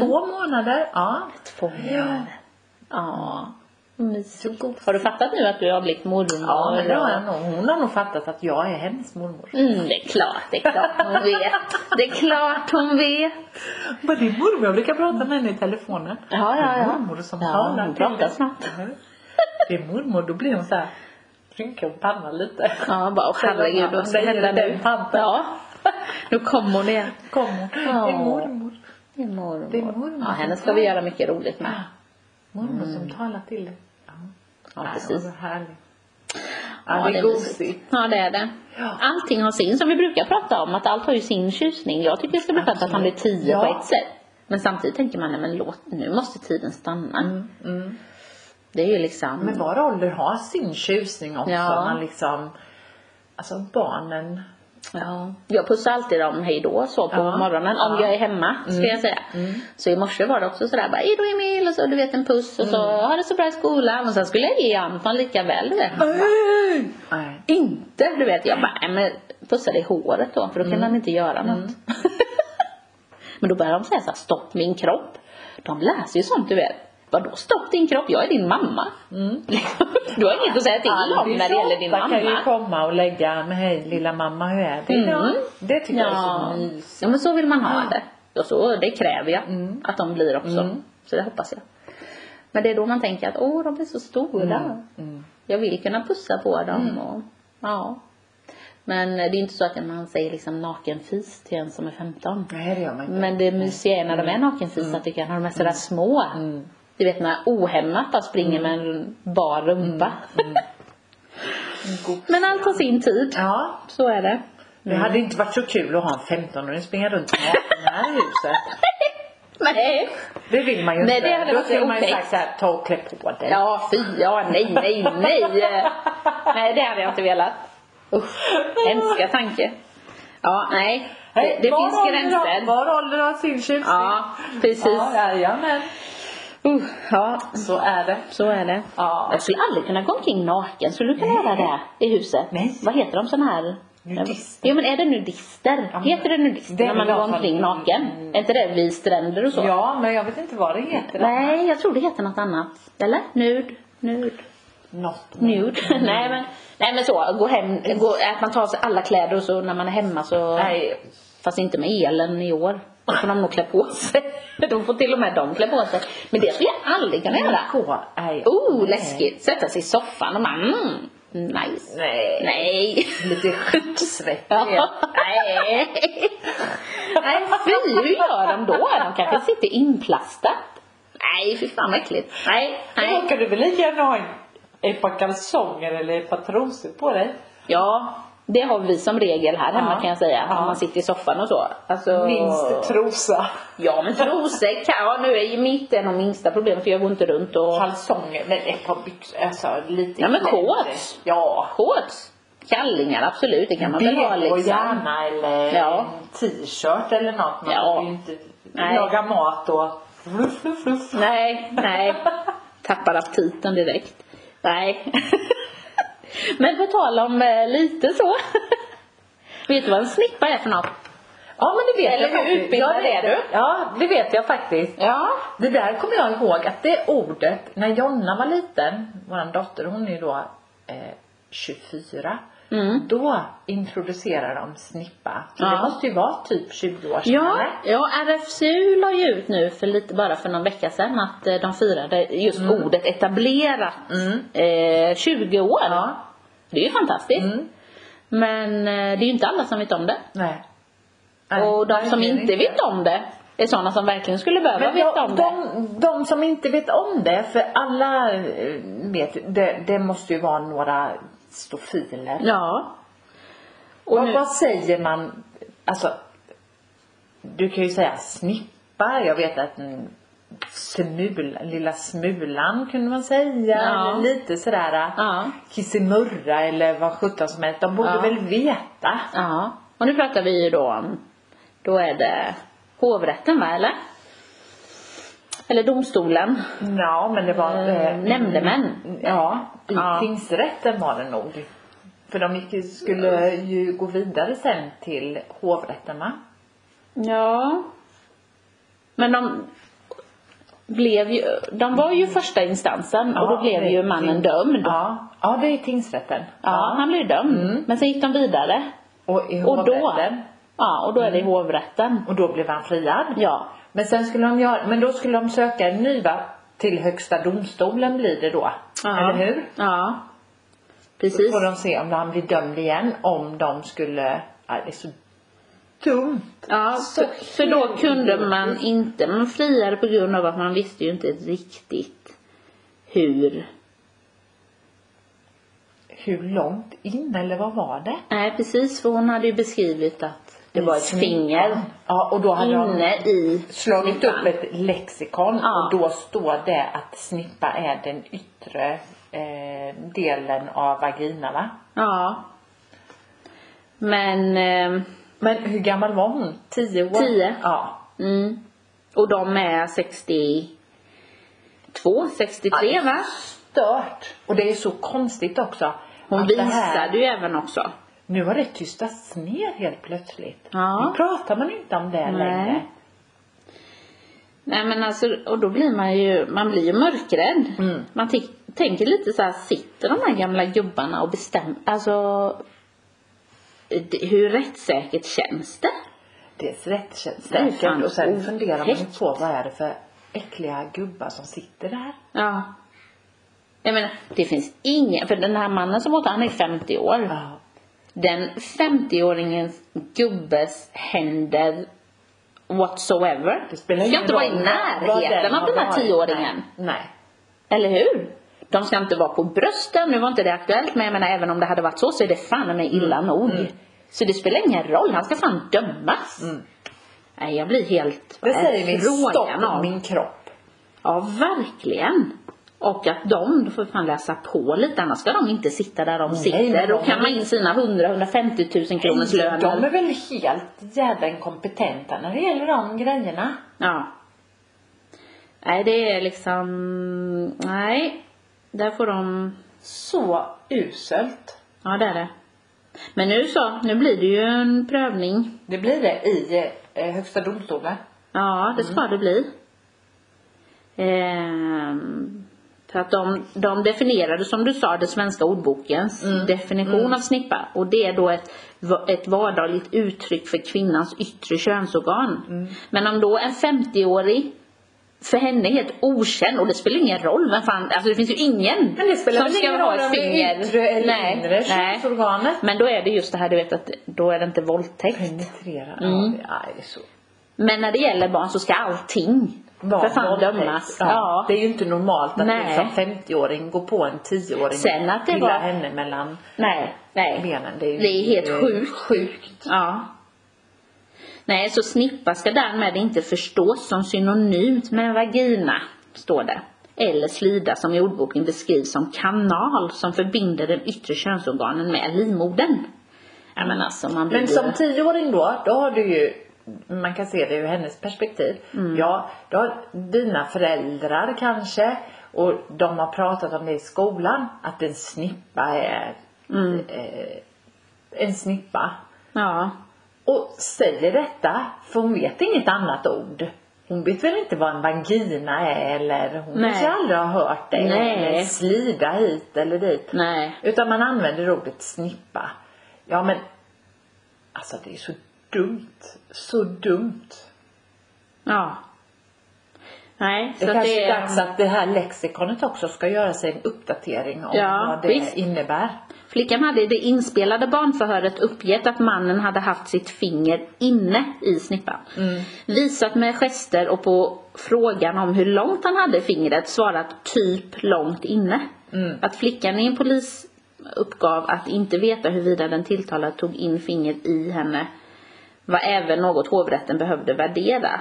B: Två månader. Ja.
A: Två månader. Ja. Mysigt. Har du fattat nu att du har blivit mormor?
B: Ja, men det har jag nog. Hon har nog fattat att jag är hennes mormor.
A: Mm, det är klart, det är klart hon vet. Det är klart hon vet.
B: Vad din mormor? Jag brukar prata med henne i telefonen.
A: Ja, ja,
B: Det är
A: ja.
B: mormor som
A: ja,
B: talar.
A: Hon
B: till
A: pratar
B: dig.
A: snabbt.
B: Mm. Det är mormor, då blir hon så här. Rynkar hon pannan lite.
A: Ja, bara åh herregud vad ska
B: Nej,
A: hända
B: den
A: nu?
B: tanten.
A: Ja. Nu kom hon igen.
B: Kom hon. Det är
A: Ja.
B: mormor.
A: Det är mormor.
B: Det är mormor.
A: Ja, henne ska vi göra mycket roligt med.
B: Mormor som talar till dig. Mm. Ja,
A: Ja,
B: Nej,
A: precis.
B: Vad härligt. Ja, det är
A: mysigt.
B: gosigt.
A: Ja, det är det.
B: Ja.
A: Allting har sin, som vi brukar prata om, att allt har ju sin tjusning. Jag tycker det ska bli skönt att han blir tio
B: Ja.
A: på ett sätt. Men samtidigt tänker man, nej men låt, nu måste tiden stanna. Det är ju liksom...
B: Mm. Men var ålder har sin tjusning också.
A: Ja.
B: Man liksom, alltså barnen.
A: Ja. Jag pussar alltid dem hej då så på
B: Ja.
A: morgonen om
B: Ja. Mm.
A: jag är hemma ska jag säga. Så i morse var det också sådär bara hej då Emil och så du vet en puss och så
B: Mm.
A: ha det så bra i skolan och sen skulle jag ge Anton lika väl du vet.
B: Nej.
A: Inte du vet jag bara nej, men pussa dig i håret då för då kan
B: Mm.
A: han inte göra något. men då börjar de säga såhär stopp min kropp. De läser ju sånt du vet. Vadå stopp din kropp? Jag är din mamma.
B: Mm.
A: du har inget att säga till om när det gäller din mamma.
B: kan ju komma och lägga, men hej lilla mamma hur är det
A: Mm.
B: idag? Det tycker jag är
A: Ja.
B: så mysigt. Mm.
A: ja, men så vill man ha det. Och så, det kräver jag att de blir också. Så det hoppas jag. Men det är då man tänker att åh, de blir så stora.
B: Mm.
A: Jag vill kunna pussa på dem och ja. Men det är inte så att man säger liksom nakenfis till en som är 15.
B: Nej det gör man inte.
A: Men det mysiga är när de är nakenfisar tycker jag, när de är sådär små. Du vet när ohämmat bara springer med en bar rumpa.
B: god-
A: Men allt har sin tid.
B: Ja.
A: Så är det.
B: Det hade inte varit så kul att ha en 15-åring springa runt med i det här huset.
A: Nej.
B: Det vill man ju
A: Nej,
B: inte.
A: det hade
B: Då
A: varit
B: skulle man ju
A: otäckt.
B: sagt såhär, ta och klä på dig.
A: Ja, fy, ja, nej, nej, nej. nej, det hade jag inte velat. Usch, hemska tanke. Ja, nej. Det,
B: Nej,
A: det
B: var
A: finns
B: ålder har-
A: gränser.
B: Var ålder har sin tjusning.
A: Ja, precis.
B: Ja, jajamän.
A: Uh, ja,
B: Så är det.
A: så är det.
B: Ja.
A: Jag skulle aldrig kunna gå omkring naken. Skulle du kunna göra det i huset?
B: Nej.
A: Vad heter de sån här?
B: Nudister.
A: Jo men är det nudister?
B: men-
A: heter det nudister
B: Det är
A: när man
B: väl
A: går
B: i alla fall-
A: omkring naken?
B: Mm.
A: Är inte det vid stränder och så?
B: Ja, men jag vet inte vad det heter.
A: Nej, jag tror det heter något annat. Eller? Nud? Nud?
B: Något.
A: nude.
B: Mm.
A: nej, men, nej men så, gå hem, gå, att man tar av sig alla kläder och så när man är hemma så...
B: Nej.
A: Fast inte med elen i år. Då får de nog klä på sig. De får till och med de klä på sig. Men det skulle jag aldrig kunna göra.
B: Gå. Nej.
A: Oh, läskigt. Sätta sig i soffan och bara mm, nice.
B: Nej.
A: Nej.
B: Lite skitsvettig.
A: Ja. Nej. Nej, fy, hur gör de då? De kanske sitter inplastat. Nej, fy fan vad äckligt. Nej, nej.
B: Då kan du väl lika gärna ha en- ett par kalsonger eller ett par trosor på dig.
A: Ja, det har vi som regel här hemma
B: Ja.
A: kan jag säga.
B: Ja.
A: Om man sitter i soffan och så. Alltså,
B: Minst trosa.
A: Ja men trosor kan, ja nu är ju mitt en av minsta problemen för jag går inte runt och
B: Kalsonger, men ett par byxor. Alltså lite.
A: Ja, men
B: kläder.
A: shorts.
B: Ja.
A: shorts. Kallingar absolut, det kan man väl ha
B: Bh
A: liksom.
B: gärna eller
A: Ja.
B: en t-shirt eller något.
A: Ja.
B: Man ja. vill ju inte
A: Nej.
B: laga mat och fluff, fluff, fluff.
A: Nej, nej. Tappar aptiten direkt. Nej. Men på tal om eh, lite så. Vet du vad en snippa är för något?
B: Ja men det vet
A: Eller hur
B: jag faktiskt.
A: utbildad
B: Ja, det-
A: är du?
B: Ja det vet jag faktiskt.
A: Ja.
B: Det där kommer jag ihåg att det ordet, när Jonna var liten, vår dotter, hon är ju då eh, 24.
A: Mm.
B: Då introducerade de snippa. Så
A: Ja.
B: det måste ju vara typ 20 år
A: Ja,
B: senare.
A: ja, RFSU la ju ut nu för lite, bara för någon vecka sedan att eh, de firade just
B: Mm.
A: ordet etablerat eh, 20 år.
B: Ja.
A: Det är ju fantastiskt.
B: Mm.
A: Men eh, det är ju inte alla som vet om det.
B: Nej. Nej,
A: och de som
B: verkligen
A: inte vet om det är sådana som verkligen skulle behöva
B: Men
A: veta om
B: de,
A: det.
B: de, de som inte vet om det, för alla eh, vet ju, det, det måste ju vara några stofiler.
A: Ja. Och
B: vad,
A: nu,
B: vad säger man, alltså, du kan ju säga snippa, jag vet att en smula, lilla smulan kunde man säga,
A: Ja.
B: eller lite sådär
A: Ja.
B: kissemurra eller vad sjutton som helst. De borde
A: Ja.
B: väl veta.
A: ja. och nu pratar vi ju då om, då är det hovrätten va eller? Eller domstolen.
B: Ja, men det var...
A: Eh, nämndemän.
B: Ja, i
A: Ja.
B: tingsrätten var det nog. För de gick, ju- skulle ju gå vidare sen till hovrätten va?
A: Ja. Men de blev ju, de var ju första instansen och då
B: Ja,
A: blev
B: det-
A: ju mannen dömd. Ja,
B: Ja, ja det är tingsrätten.
A: han blev dömd. Men sen gick de vidare.
B: Och i
A: Och
B: hovrätten. Mm.
A: då, ja, och då är det i hovrätten.
B: Och då blev han friad.
A: Ja.
B: Men sen skulle de göra, men då skulle de söka en ny va? Till högsta domstolen blir det då.
A: ja.
B: Eller hur?
A: Ja.
B: Då
A: Precis.
B: får de se om han blir dömd igen om de skulle, ja det är så dumt.
A: Ja,
B: Så
A: för, för då kunde man inte, man friade på grund av att man visste ju inte riktigt hur.
B: Hur långt in eller vad var det?
A: Nej precis, för hon hade ju beskrivit att det var ett finger
B: Ja och då hade de
A: inne i
B: slagit
A: snippan.
B: upp ett lexikon
A: Ja.
B: och då står det att snippa är den yttre eh, delen av vagina va?
A: Ja. Men, eh,
B: Men hur gammal var hon? 10 år?
A: Tio.
B: Ja.
A: mm. Och de är 62, 63
B: Ja, det-
A: va?
B: Stört. Och det är så konstigt också.
A: Hon
B: att det här-
A: visade ju även också.
B: Nu har det tystats ner helt plötsligt.
A: Ja.
B: Nu pratar man inte om det
A: Nej.
B: längre.
A: Nej men alltså, och då blir man ju, man blir ju mörkrädd.
B: Mm.
A: Man ti- tänker lite så här, sitter de här gamla gubbarna och bestämmer, alltså det, hur rättssäkert känns det?
B: Det är rätt känns
A: Det är
B: säkert.
A: fan
B: Och sen funderar man ju
A: otäckt.
B: på vad är det för äckliga gubbar som sitter där.
A: Ja. Jag menar, det finns ingen, för den här mannen som åt, han är 50 år.
B: Ja.
A: den 50-åringens gubbes händer whatsoever.
B: Det spelar
A: ska
B: ingen
A: inte vara i
B: roll vad
A: närheten av
B: har
A: den här
B: varit.
A: 10-åringen.
B: Nej. Nej.
A: Eller hur? De ska inte vara på brösten. Nu var inte det aktuellt men jag menar även om det hade varit så så är det fan mig illa
B: Mm.
A: nog. Så det spelar ingen roll. Han ska fan dömas. Nej jag blir helt...
B: Mm. Det
A: vad är
B: säger vi
A: frågan
B: stopp
A: om?
B: min kropp.
A: Ja, verkligen. Och att de, då får fan läsa på lite, annars ska de inte sitta där de sitter
B: men de
A: och kamma
B: är-
A: in sina 100-150 000 kronors löner.
B: De är väl helt jävla inkompetenta när det gäller de grejerna.
A: Ja. Nej, det är liksom, nej. Där får de,
B: Så uselt.
A: ja det är det. Men nu så, nu blir det ju en prövning.
B: Det blir det i eh, Högsta domstolen.
A: Ja, det
B: Mm.
A: ska det bli. Ehm, för att de, de definierade, som du sa, det svenska ordbokens
B: Mm.
A: definition av snippa. Och det är då ett, va- ett vardagligt uttryck för kvinnans yttre könsorgan.
B: Mm.
A: Men om då en 50-årig för henne är helt okänd och det spelar ingen roll vem fan, alltså det finns ju ingen
B: Men det spelar
A: som
B: väl
A: ska
B: ingen
A: ha
B: roll
A: ett
B: om det
A: finger.
B: är yttre eller
A: Nej,
B: inre
A: nej.
B: könsorganet.
A: Men då är det just det här du vet att då är det inte våldtäkt.
B: Penetrera.
A: Mm.
B: Ja, det, ja, det är så.
A: Men när det gäller barn så ska allting för
B: Barn
A: fan
B: våldtäkt.
A: dömas.
B: Ja.
A: Ja.
B: Det är ju inte normalt att
A: Nej.
B: du som 50-åring går på en 10-åring
A: Sen att det
B: pillar
A: var-
B: henne mellan
A: Nej, nej.
B: benen. Det är, ju-
A: Det är helt
B: det är
A: sjukt.
B: sjukt.
A: Ja. Nej, så snippa ska därmed inte förstås som synonymt med vagina, står det. eller slida som i ordboken beskrivs som kanal som förbinder den yttre könsorganen med livmodern. Jag menar alltså man blir
B: Men som tioåring då, då har du ju man kan se det ur hennes perspektiv.
A: Mm.
B: Ja, då har dina föräldrar kanske och de har pratat om det i skolan att en snippa är
A: Mm.
B: eh, en snippa.
A: Ja.
B: Och säger detta för hon vet inget annat ord. Hon vet väl inte vad en vagina är eller hon
A: Nej.
B: kanske aldrig har hört det.
A: Nej.
B: Eller slida hit eller dit.
A: Nej.
B: Utan man använder ordet snippa. Ja men Alltså det är så dumt. Så dumt.
A: Ja. Nej,
B: Det
A: så att
B: kanske
A: det
B: är dags att det här lexikonet också ska göra sig en uppdatering om
A: Ja,
B: vad det
A: visst.
B: innebär.
A: Flickan hade i det inspelade barnförhöret uppgett att mannen hade haft sitt finger inne i snippan. Visat med gester och på frågan om hur långt han hade fingret svarat typ långt inne. Att flickan i en polis uppgav att inte veta huruvida den tilltalade tog in fingret i henne var även något hovrätten behövde värdera.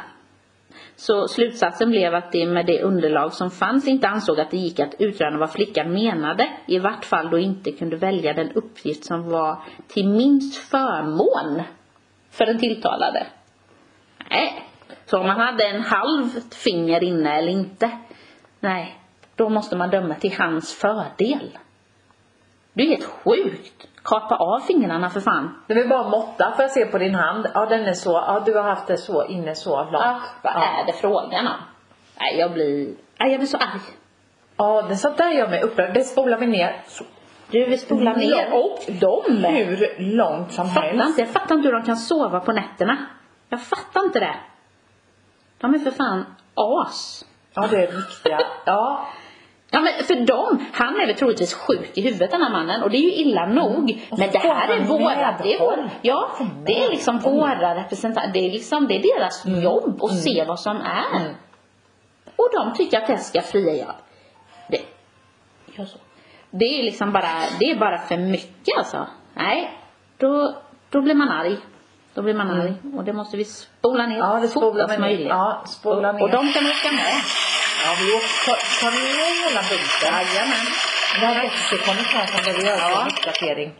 A: Så slutsatsen blev att det med det underlag som fanns inte ansåg att det gick att utröna vad flickan menade. I vart fall då inte kunde välja den uppgift som var till minst förmån för den tilltalade. Nej. Så om man hade en halv finger inne eller inte. Nej. Då måste man döma till hans fördel. Det är helt sjukt. Kapa av fingrarna för fan.
B: Det vill bara måtta för jag se på din hand. Ja den är så, ja du har haft det så inne så långt.
A: Ah, vad
B: ja.
A: är det frågan om? Nej, jag blir... Nej, jag blir så arg.
B: ja det sånt där gör mig upprörd. Det spolar vi ner. Så
A: Du vill spola ner och dem.
B: hur långt som
A: Mm. Fattar
B: helst.
A: inte, jag fattar inte hur de kan sova på nätterna. Jag fattar inte det. De är för fan as.
B: Ja det är riktiga. Ja.
A: Ja men för dem, han är väl troligtvis sjuk i huvudet den här mannen och det är ju illa nog.
B: Och
A: Men
B: så
A: det här
B: får
A: är
B: han
A: våra, det är våra,
B: medhåll.
A: ja, det är liksom våra representanter, det är liksom, det är deras jobb att se vad som är.
B: Mm.
A: Och de tycker att det ska fria jag. Det, jag så. det är liksom bara, det är bara för mycket alltså. Nej, då, då blir man arg. Då blir man arg och det måste vi spola ner
B: Mm. Ja det spolar vi
A: fortast
B: ner.
A: möjligt.
B: Ja, spola ner.
A: och de kan åka med.
B: Ja vi åker- tar ner hela bunten.
A: Jajamän.
B: Det här lexikonet här som behöver göras en uppdatering.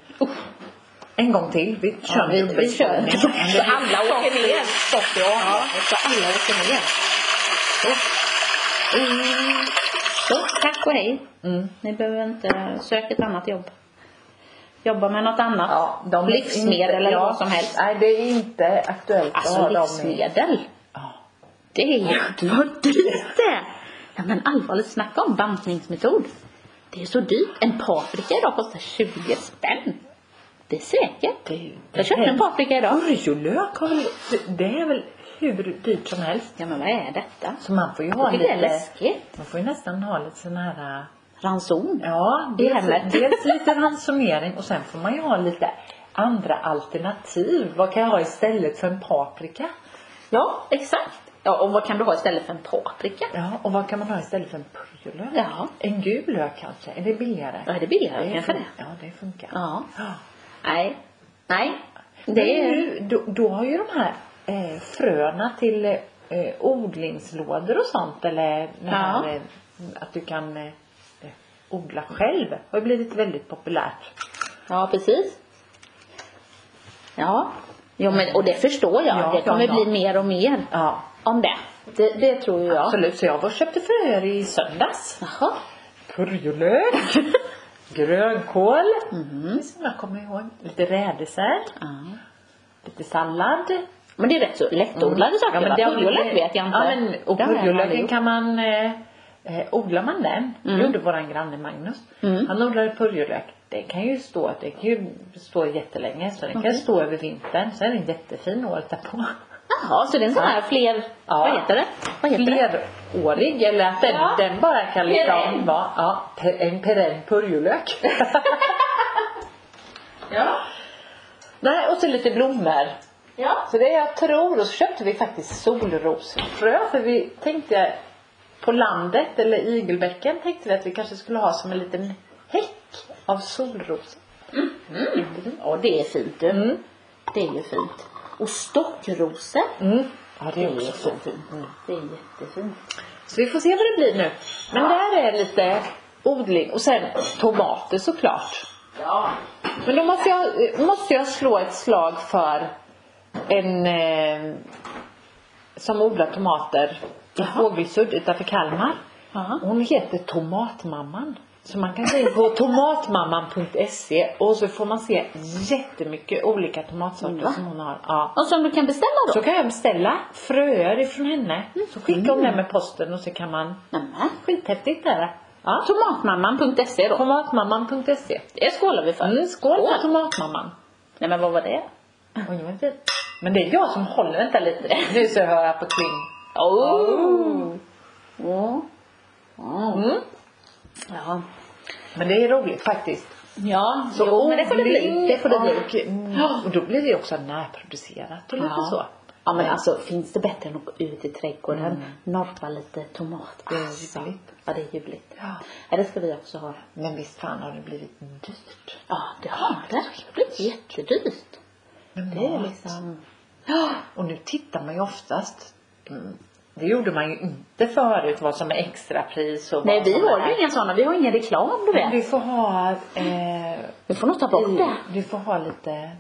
B: En gång till. Vi kör
A: Ja, vi,
B: en
A: vi kör.
B: dubbelspolning.
A: Så alla åker ner.
B: Stopp i
A: Ja,
B: avloppet.
A: så alla åker ner. Så. Mm. Så, tack och hej.
B: Mm.
A: Ni behöver inte söka ett annat jobb. Jobba med något annat.
B: Ja, de är
A: livsmedel
B: inte-
A: eller
B: ja,
A: vad som helst.
B: Nej, det är inte aktuellt att
A: Alltså
B: ha dem i.
A: livsmedel.
B: Ja.
A: Det är ju vad dyrt det är. Ja men allvarligt, snacka om bantningsmetod. Det är så dyrt. En paprika idag kostar 20 spänn. Det är säkert.
B: Det är ju-
A: Jag köpte en paprika idag.
B: Burjolök har väl, det- det är väl hur dyrt som helst.
A: Ja men vad är detta?
B: Så man får ju ha
A: Jag tycker det är
B: lite,
A: läskigt.
B: man får ju nästan ha lite sån här, äh,
A: Ranson.
B: ja,
A: I
B: dels,
A: hemmet.
B: dels lite ransonering och sen får man ju ha lite andra alternativ. Vad kan jag ha istället för en paprika?
A: Ja, exakt. Ja, och vad kan du ha istället för en paprika?
B: Ja, och vad kan man ha istället för en purjolök?
A: Ja.
B: En gul lök kanske? Är det billigare?
A: Ja, det är billigare kanske det.
B: fun- Ja, det funkar.
A: Ja.
B: Ja.
A: Nej. Nej.
B: Det
A: Det är...
B: nu, då, då har ju de här eh, fröna till eh, odlingslådor och sånt eller det här,
A: Ja.
B: eh, att du kan eh, eh, odla själv har ju blivit väldigt populärt.
A: Ja, precis. Ja. Jo, men, och det förstår jag.
B: Ja,
A: det kommer
B: ja, ja.
A: bli mer och mer
B: Ja,
A: om det. Det, det tror ju jag.
B: absolut. Så jag var och köpte fröer i söndags.
A: Jaha.
B: Purjolök, grönkål, mm. som jag kommer ihåg, lite rädisor,
A: Ja.
B: lite sallad.
A: Men det är rätt så lättodlade saker
B: Mm. men
A: va?
B: det har vi-
A: Purjolök vet jag inte.
B: Ja, men, och
A: Det har jag
B: purjolöken
A: aldrig
B: kan man... Eh, eh, odlar man den, det gjorde våran granne Magnus.
A: Mm.
B: Han odlade purjolök. Det kan ju stå, det kan ju stå jättelänge. Så den kan stå över vintern. Sen är den jättefin året därpå.
A: Jaha, så det är en sån här fler...
B: Ja.
A: Vad heter det? Vad heter det?
B: Flerårig eller att den,
A: Ja.
B: den bara kan liksom
A: Perenn.
B: vara ja, pe- en perenn purjolök.
A: Ja.
B: Nej, och så lite blommor.
A: Ja.
B: Så det jag tror, och så köpte vi faktiskt solrosfrö för vi tänkte på landet eller i igelbäcken tänkte vi att vi kanske skulle ha som en liten häck av solrosor.
A: Ja, det är fint du.
B: Mm.
A: Det är ju fint. Och stockrosor.
B: Mm. Ja, det är också så fint. Mm.
A: Det är jättefint.
B: Så vi får se vad det blir nu. Men det här är lite odling och sen tomater såklart.
C: Ja.
B: Men då måste jag, eh, måste jag slå ett slag för en eh, som odlar tomater i Fågelsudd utanför Kalmar.
A: Ja.
B: Hon heter Tomatmamman. Så man kan gå in på tomatmamman.se E och så får man se jättemycket olika tomatsorter
A: Mm, Va?
B: som hon har. Ja.
A: Och som du kan beställa då?
B: Så kan jag beställa fröer ifrån henne.
A: Mm,
B: Så skickar hon det med posten och så kan man...
A: Nämen.
B: Skithäftigt är det. Ja.
A: Tomatmamman.se då.
B: Tomatmamman.se
A: Det skålar vi för.
B: E. Mm, skål för tomatmamman.
A: Nej men vad var det?
B: Oj, vad fint. Men det är jag som håller, vänta lite. Nu så hör jag på kling.
A: Oh. Oh.
B: Mm.
A: Ja.
B: Men det är roligt faktiskt.
A: Ja, så jo, men det får det bli. Det får det bli.
B: och, mm, och då blir det också närproducerat och lite
A: Ja.
B: så.
A: Ja Mm. men alltså finns det bättre än att gå ut i trädgården, norpa lite tomat.
B: Det är
A: Alltså,
B: ljuvligt.
A: Ja det är ljuvligt.
B: Ja.
A: ja. det ska vi också ha.
B: Men visst fan har det blivit dyrt.
A: Ja det har det. Det blir jättedyrt.
B: Med
A: Det är
B: mat.
A: liksom.
B: Och nu tittar man ju oftast. Mm, det gjorde man ju inte förut vad som är extrapris och
A: Nej
B: vad
A: vi
B: som
A: har
B: är-
A: ju inga sådana, vi har ingen reklam du
B: Du
A: vet.
B: får ha eh,
A: Vi får nog ta bort
B: i,
A: det.
B: du får ha lite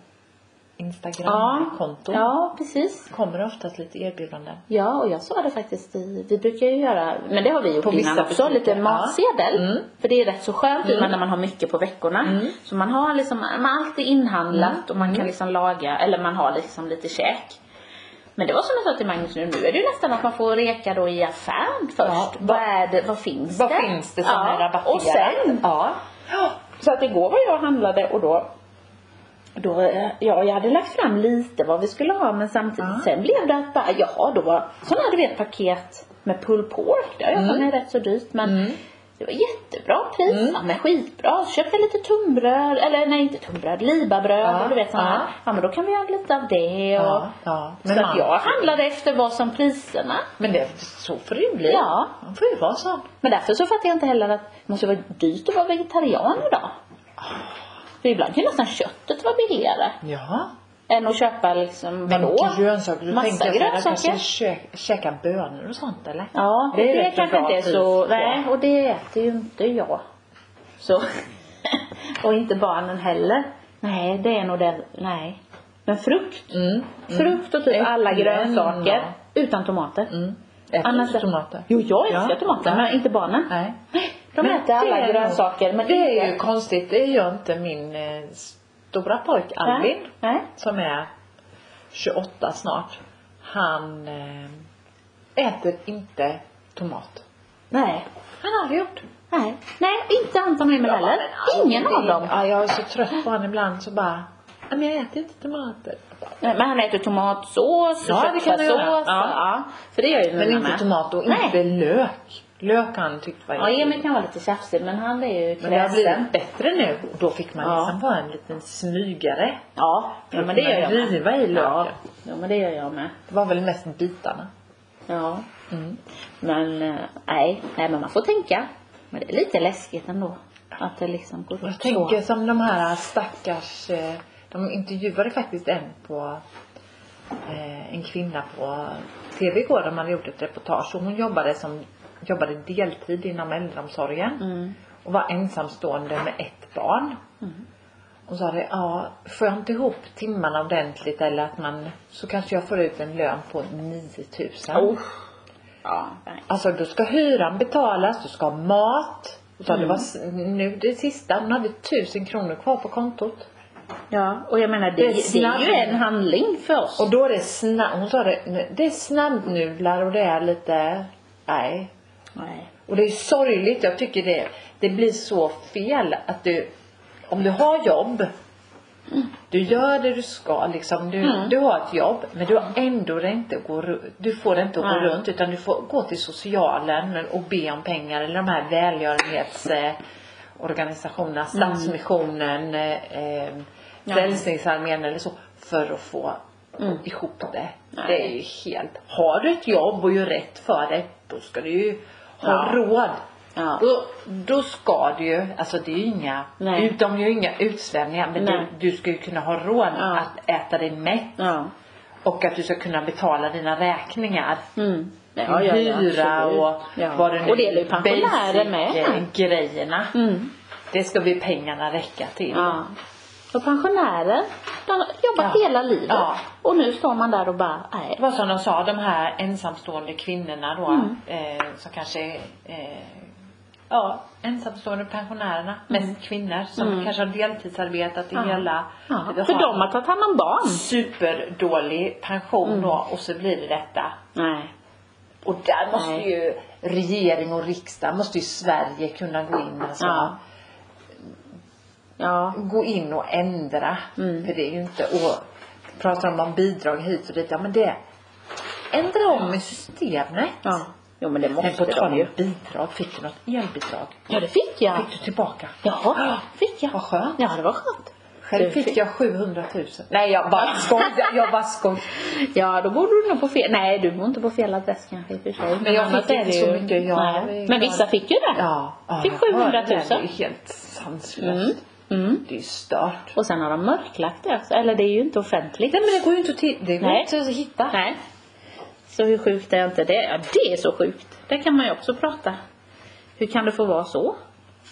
B: Instagram-konto.
A: ja precis.
B: Kommer det oftast lite erbjudanden.
A: Ja, och jag sa det faktiskt i, vi brukar ju göra, men det har vi gjort
B: På vissa
A: innan också,
B: butiker,
A: lite
B: ja.
A: matsedel.
B: Mm.
A: För det är rätt så skönt mm. när man har mycket på veckorna.
B: Mm.
A: Så man har liksom, man har alltid inhandlat och man kan liksom laga, eller man har liksom lite käk. Men det var som jag sa till Magnus nu, nu är det ju nästan att man får reka då i affären först.
B: Ja,
A: vad, är det, vad finns
B: Vad
A: det?
B: finns det som
A: ja.
B: är rabatterat?
A: Och sen,
B: Ja.
A: så att igår var jag och handlade och då då, eh, ja, jag hade lagt fram lite vad vi skulle ha men samtidigt
B: Ja.
A: sen blev det att bara, jaha då var sådana här du vet paket med pulled pork, det har jag för mig är rätt så dyrt men det var jättebra pris, ja, men skitbra. Så köpte jag lite tunnbröd, eller nej inte tunnbröd, libabröd
B: Ja,
A: och du vet sådana
B: ja.
A: här. Ja men då kan vi göra lite av det och
B: Ja. ja.
A: Så
B: Ah. man-
A: att jag handlade efter vad som priserna.
B: Men det, så får det ju bli.
A: Ja.
B: Man får ju vara sån.
A: Men därför så fattar jag inte heller att det måste vara dyrt att vara vegetarian idag. För ibland kan ju nästan köttet vara billigare.
B: Ja.
A: Än att köpa liksom,
B: Men
A: vadå?
B: grönsaker, då
A: Massa
B: tänker jag såhär,
A: grönsaker.
B: kanske kä- käka bönor och sånt eller?
A: Ja,
B: Det
A: det,
B: är
A: det
B: rätt
A: kanske
B: bra
A: inte är så,
B: pris,
A: nej och det äter ju inte jag. Så, och inte barnen heller. Nej, det är nog det, nej. Men frukt,
B: Mm.
A: frukt och typ
B: Äpplen,
A: alla grönsaker
B: ja.
A: utan tomater.
B: Mm. Äter
A: Annars-
B: du tomater?
A: Jo, jag
B: Ja.
A: älskar tomater
B: Ja.
A: men inte barnen.
B: Nej.
A: De
B: Men
A: äter alla
B: det är nog-
A: grönsaker men
B: Det
A: inte-
B: är ju konstigt, det gör inte min eh, stora pojk Alvin.
A: Nej, nej.
B: Som är 28 snart. Han eh, äter inte tomat.
A: Nej.
B: Han har aldrig gjort.
A: Nej, nej, inte Anton och Emil heller. Ingen av dem.
B: alltså, Ja, jag är så trött på honom ibland så bara, "Nej, men jag äter inte tomater.
A: Nej, Men han äter tomatsås och
B: Ja, det kan han
A: köttfärssås.
B: göra.
A: Ja.
B: Ja.
A: ja, för det gör ju
B: Men
A: mina
B: inte
A: med.
B: tomat och
A: Nej.
B: inte lök. Lök har han tyckt var
A: Ja, Emil kan vara lite tjafsig men han är ju
B: Men det har
A: kräsen.
B: blivit bättre nu. Då fick man
A: Ja.
B: liksom vara en liten smygare.
A: Ja, ja, men det gör jag med.
B: Riva i
A: Ja,
B: löken.
A: ja, men det gör jag med.
B: Det var väl mest bitarna.
A: Ja.
B: Mm.
A: Men eh, nej, nej men man får tänka. Men det är lite läskigt ändå. Att det liksom går
B: Jag
A: upp
B: tänker
A: så.
B: som de här stackars, eh, de intervjuade faktiskt en på, eh, en kvinna på TV igår. De hade gjort ett reportage och hon jobbade som, jobbade deltid inom äldreomsorgen.
A: Mm.
B: och var ensamstående med ett barn. Och sa det, ja, får jag inte ihop timmarna ordentligt eller att man, så kanske jag får ut en lön på 9000.
A: Oh. Ja, nej.
B: Alltså då ska hyran betalas, du ska ha mat. Och sa det var s- nu det sista, hon hade 1000 kronor kvar på kontot.
A: ja, och jag menar det,
B: Det är
A: det, är ju
B: snabb-
A: en handling för oss.
B: Och då är det snabb, hon sa det, det är snabbnudlar och det är lite, nej.
A: nej.
B: Och det är sorgligt, jag tycker det, det blir så fel att du, om du har jobb, du gör det du ska liksom, du, du har ett jobb men du har ändå det inte att gå, ru- du får det inte att gå
A: Nej.
B: runt utan du får gå till socialen och be om pengar eller de här välgörenhetsorganisationerna, Stadsmissionen, eh, eh, Frälsningsarmén eller så för att få ihop det. Det är ju helt, har du ett jobb och gör rätt för det då ska du ju ha
A: Ja.
B: råd.
A: Ja.
B: Då, då ska du ju, alltså det är ju inga,
A: Nej.
B: ut- de gör ju inga utsvävningar men
A: Nej.
B: du, du ska ju kunna ha råd
A: Ja.
B: att äta dig mätt.
A: Ja.
B: Och att du ska kunna betala dina räkningar.
A: Mm.
B: Ja, hyra
A: absolut.
B: och
A: Ja.
B: vad det nu
A: Och det gäller ju pensionärer med.
B: basic, eh, grejerna.
A: Mm.
B: Det ska vi pengarna räcka till.
A: Ja. Och pensionärer, de har jobbat
B: Ja.
A: hela livet.
B: Ja.
A: Och nu står man där och bara, nej.
B: Det var som de sa, de här ensamstående kvinnorna då,
A: Mm.
B: eh, som kanske är, eh, ja, ensamstående pensionärerna, mest kvinnor som kanske har deltidsarbetat i
A: Mm. Ja.
B: hela,
A: Ja.
B: Vi
A: För Mm.
B: har
A: de har tagit hand om barn.
B: superdålig pension
A: Mm.
B: då och så blir det detta.
A: Nej.
B: Och där måste
A: Nej.
B: ju regering och riksdag, måste ju Sverige kunna gå in alltså.
A: Ja. Ja.
B: gå in och ändra.
A: Mm.
B: För det är ju inte att prata om, om bidrag hit och dit. Ja men det, ändra om i systemet.
A: ja. Jo men det måste
B: Men på tal
A: de
B: om
A: ju.
B: bidrag, fick du något elbidrag?
A: Ja det fick jag.
B: Fick du tillbaka?
A: Ja, fick jag.
B: Vad skönt.
A: Ja det var skönt.
B: Själv
A: Du
B: fick jag 700 000. Nej jag bara skojar, jag bara skojar.
A: Ja, då bor du nog på fel... Nej, du bor inte på fel adress kanske i och för sig. Men,
B: jag
A: annars
B: fick
A: är
B: inte
A: det
B: så
A: ju-
B: mycket, jag
A: Nej.
B: är glad.
A: Men vissa fick ju det.
B: Ja, ja
A: Fick
B: jag
A: 700
B: hörde
A: 000.
B: Det Det är ju helt sanslöst. Det är ju stört.
A: Och sen har de mörklagt det också. Eller det är ju inte offentligt.
B: Nej men det går ju inte att, ti- det går
A: Nej.
B: inte att hitta.
A: Nej. Så hur sjukt är inte det? Ja, det är så sjukt. Där kan man ju också prata. Hur kan det få vara så? Hur,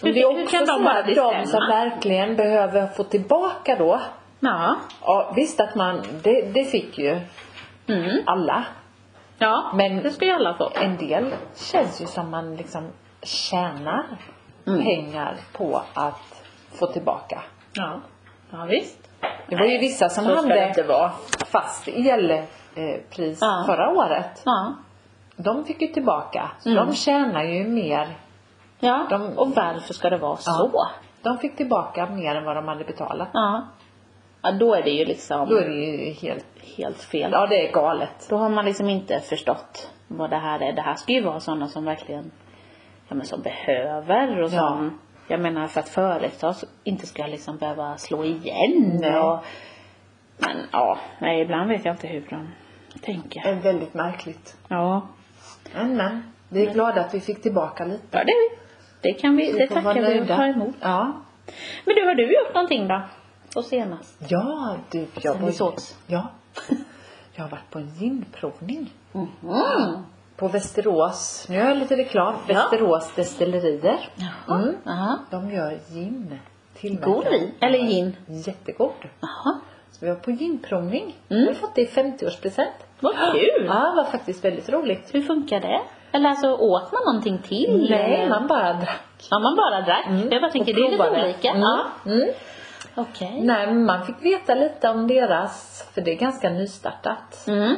B: Men det är
A: hur
B: också
A: kan de
B: så
A: bara
B: här,
A: bestämma?
B: de som verkligen behöver få tillbaka då.
A: Ja.
B: Ja, visst att man, det, det fick ju
A: Mm.
B: alla.
A: Ja,
B: Men-
A: det ska ju alla få.
B: En del känns ju som man liksom tjänar Mm. pengar på att få tillbaka.
A: Ja. Ja, visst.
B: Det var ju vissa som
A: så ska det
B: hade
A: inte vara.
B: fast elpris
A: Ja.
B: förra året.
A: Ja.
B: De fick ju tillbaka. Så
A: Mm.
B: De tjänar ju mer.
A: ja.
B: De-
A: Och varför ska det vara så?
B: Ja. De fick tillbaka mer än vad de hade betalat.
A: Ja. Ja, då är det ju liksom
B: Då är det ju helt,
A: helt fel.
B: ja det är galet.
A: Då har man liksom inte förstått vad det här är. Det här ska ju vara sådana som verkligen, ja men som behöver och
B: Ja.
A: som, jag menar för att företag inte ska liksom behöva slå igen
B: Nej.
A: och, men ja, nej ibland vet jag inte hur de
B: Det
A: tänker.
B: är väldigt märkligt.
A: Ja,
B: Men men, vi är glada att vi fick tillbaka lite.
A: ja det är vi. Det kan vi, Mm. det
B: får vara
A: tackar vi och
B: nöjda.
A: tar emot.
B: Ja.
A: Men du, har du gjort någonting då? På senast?
B: Ja, du. Jag
A: Sen
B: var
A: vi
B: ju-
A: sågs.
B: Ja. Jag har varit på en ginprovning. På Västerås. Nu gör jag lite reklam.
A: Mhm. Ja.
B: Västerås destillerier.
A: Jaha.
B: Mm.
A: Jaha.
B: De gör gin. Tillverkar-
A: God vin? Eller gin?
B: Jättegod.
A: Jaha.
B: Så vi var på ginprovning.
A: Mm.
B: Vi har fått det i 50-årspresent.
A: Vad kul!
B: Ja, det var faktiskt väldigt roligt.
A: Hur funkar det? Eller alltså åt man någonting till?
B: Nej,
A: eller?
B: man bara drack.
A: Ja, man bara drack. Mm. Jag bara tänker,
B: Och
A: det är lite
B: provade.
A: olika.
B: Mm.
A: Ja.
B: Mm.
A: Okej.
B: Nej, men man fick veta lite om deras, för det är ganska nystartat.
A: Mm.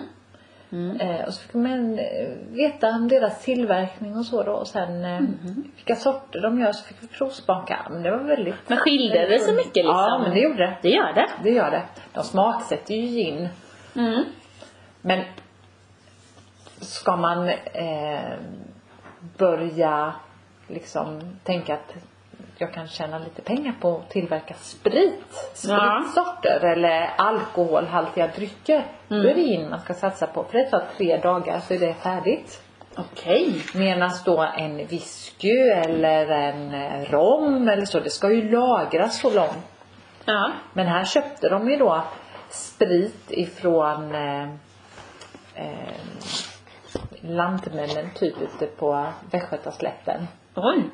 B: Eh, och så fick man eh, veta om deras tillverkning och så då och sen eh,
A: Mhm.
B: vilka sorter de gör så fick vi provsmaka. Men det var väldigt
A: Men skilde det så mycket liksom?
B: Ja men det gjorde det.
A: Det gör det.
B: Det gör det. De smaksätter ju gin.
A: Mm.
B: Men ska man eh, börja liksom tänka att jag kan tjäna lite pengar på att tillverka sprit,
A: Ja.
B: spritsorter eller alkoholhaltiga drycker. Då är det gin man ska satsa på. För det tar tre dagar så är det färdigt.
A: Okej.
B: Medan då en whisky eller en eh, rom eller så, det ska ju lagras så långt.
A: Ja.
B: Men här köpte de ju då sprit ifrån eh, eh, lantmännen typ ute på Västgötaslätten. Mm.
A: Oj.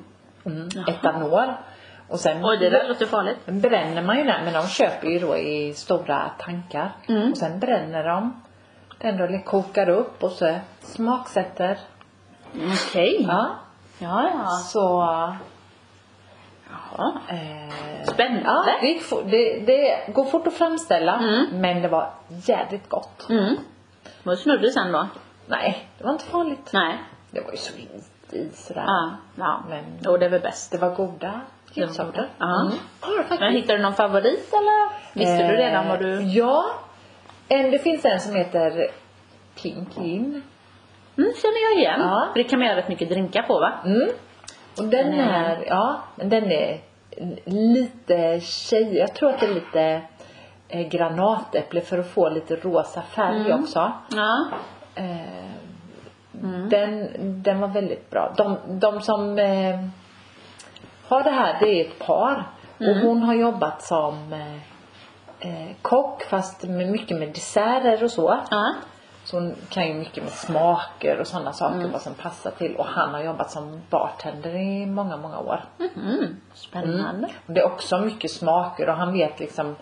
B: Etanol. Och sen
A: Oj, det där låter farligt.
B: bränner man ju den men de köper ju då i stora tankar.
A: Mm.
B: Och sen bränner de den då, eller kokar upp och så smaksätter.
A: Mm, Okej.
B: Ja.
A: Ja, ja.
B: Så
A: Jaha.
B: eh, Ja,
A: Spännande.
B: det, gick fort, det, det går fort att framställa
A: Mm.
B: men det var jädrigt gott.
A: Mm. Var det snurrig sen då?
B: Nej, det var inte farligt.
A: Nej.
B: Det var ju så lite i sådär.
A: Ja. ja.
B: Men-
A: Ah. Jo, det är väl bäst.
B: Det var goda gulsorter.
A: Ja.
B: Mm. Det var det faktiskt.
A: Men hittade du någon favorit eller? Visste du redan vad
B: Eh,
A: du...
B: Ja. En, det finns en som heter Pink Gin.
A: Mm, känner jag igen.
B: Ja.
A: För det kan man göra rätt mycket drinkar på va?
B: Mm. Och den
A: Mm.
B: är, ja, men den är lite tjej, jag tror att det är lite eh, granatäpple för att få lite rosa färg
A: Mm.
B: också.
A: Ja.
B: Eh,
A: Mm.
B: den, den var väldigt bra. De, de som eh,
A: Mm.
B: har det här, det är ett par. Och hon har jobbat som eh, eh, kock fast med mycket med desserter och så.
A: Ja.
B: Så hon kan ju mycket med smaker och sådana saker,
A: Mm.
B: vad som passar till. Och han har jobbat som bartender i många, många år.
A: Mm. Spännande.
B: Och det är också mycket smaker och han vet liksom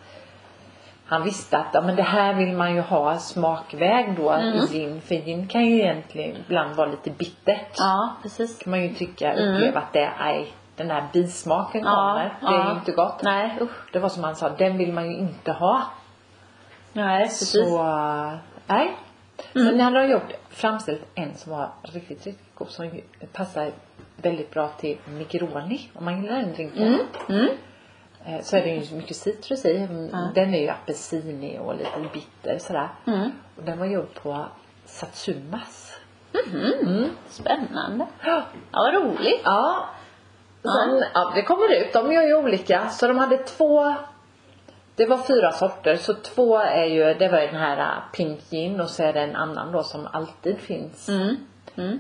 B: han visste att ja, men det här vill man ju ha smakväg då
A: Mm.
B: i gin. För gin kan ju egentligen ibland vara lite bittert.
A: Ja, precis.
B: kan man ju tycka, uppleva att det är, aj, den här bismaken
A: Mm. Ja,
B: kommer. Det är
A: ja.
B: ju inte gott.
A: Nej, usch.
B: Det var som han sa, den vill man ju inte ha.
A: Nej, precis. Mm.
B: Så, eh, nej. Så när de har gjort, framställt en som var riktigt, riktigt god som ju passar väldigt bra till Negroni. Om man gillar den drinken.
A: Mm,
B: Eh, Så är det ju mycket citrus i. Mm, Den är ju apelsinig och lite bitter sådär.
A: Mm.
B: Och den var gjord på satsumas.
A: Spännande. Ja, vad roligt.
B: Ja. Sen, ja, det kommer ut. De gör ju olika. Så de hade två. Det var fyra sorter. Så två är ju, det var ju den här äh, pink gin och så är det en annan då som alltid finns.
A: Mm.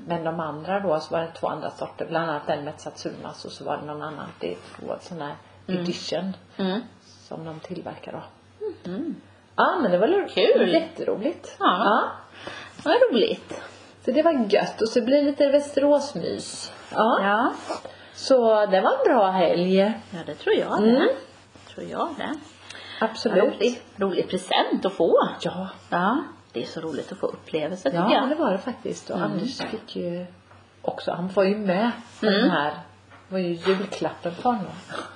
B: Men de andra då så var det två andra sorter. Bland annat den med satsumas och så var det någon annan. Det är två sådana här edition.
A: Mm.
B: Som de tillverkar då. Ja men det var väl
A: Kul.
B: Jätteroligt.
A: Ja. Vad roligt.
B: Så det var gött. Och så blir det lite Västeråsmys.
A: Ja.
B: Så det var en bra helg.
A: Ja, det tror jag det. Tror jag Mm. det. Rolig,
B: Absolut.
A: rolig present att få.
B: Ja,
A: Ja. Det är så roligt att få upplevelser
B: ja,
A: tycker
B: det
A: jag.
B: var det faktiskt. Och
A: Mm.
B: Anders fick ju också, han var ju med på
A: Mm.
B: den här. Det var ju julklappen för honom.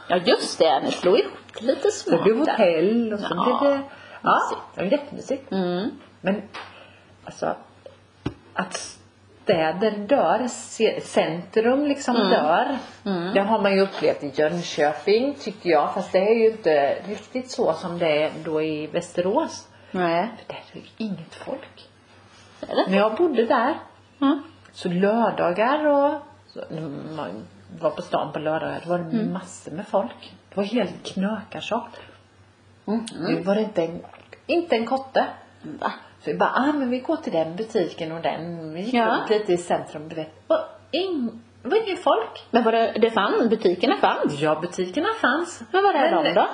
A: Ja, just det. Ni slog ihop lite
B: Så det
A: smart
B: blev
A: där.
B: hotell och så
A: Ja,
B: blev det... Ja,
A: mysigt.
B: det var jättemysigt.
A: Mm.
B: Men alltså, att städer dör, ce- centrum liksom
A: Mm.
B: dör. Det har man ju upplevt i Jönköping tycker jag. Fast det är ju inte riktigt så som det är då i Västerås.
A: Nej.
B: För där är ju inget folk.
A: Är det?
B: När jag bodde där
A: Mm.
B: Så lördagar och så, när man var på stan på lördagar, då var det massor med folk. Det var helt knökarsålt. Nu var det inte en, inte en kotte.
A: Va?
B: Så vi bara, ah men vi går till den butiken och den. Vi gick
A: Ja.
B: runt lite i centrum, du vet. Och in, det var ingen folk.
A: Men var det, det fanns, butikerna fanns.
B: Ja, butikerna fanns.
A: Men var är
B: Men-
A: de då?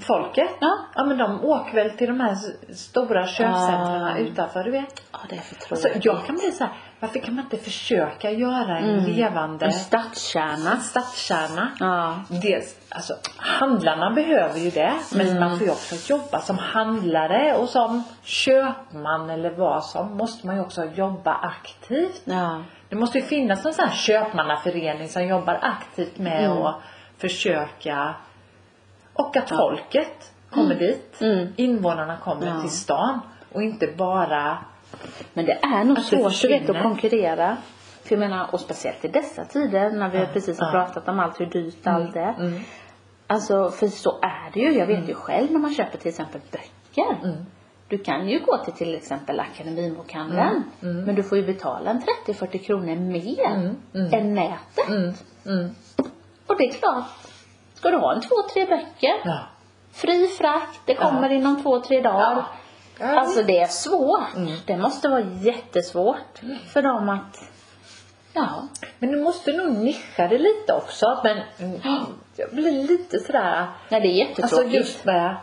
B: Folket?
A: Ja.
B: ja men de åker väl till de här s- stora köpcentren
A: Ah.
B: utanför, du vet.
A: Ja, det är för
B: Alltså,
A: tråkigt.
B: jag kan bli så här, varför kan man inte försöka göra en levande
A: En stadskärna.
B: en stadskärna.
A: Ja.
B: Dels, alltså, handlarna behöver ju det, men man får ju också jobba som handlare och som köpman eller vad som, måste man ju också jobba aktivt.
A: Ja.
B: Det måste ju finnas någon sån här köpmannaförening som jobbar aktivt med att försöka och att folket kommer dit. Invånarna kommer
A: Ja.
B: till stan och inte bara
A: Men det är nog
B: Att det
A: svårt du vet, att
B: försvinner.
A: konkurrera. För jag menar, och speciellt i dessa tider när vi precis har
B: ja. Mm.
A: pratat om allt hur dyrt allt är. Alltså för så är det ju. Jag vet ju själv när man köper till exempel böcker.
B: Mm.
A: Du kan ju gå till till exempel Akademibokhandeln.
B: Mm.
A: Men du får ju betala en 30-40 kronor mer
B: Mm.
A: än nätet. Och det är klart, ska du ha en två, tre böcker,
B: ja.
A: fri frakt, det kommer inom två, tre dagar.
B: Ja. Ja, Mm.
A: Alltså det är svårt. Det måste vara jättesvårt för dem att... Ja.
B: Men du måste nog nischa det lite också. Men jag blir lite sådär...
A: Nej det är jättetråkigt.
B: Alltså just med...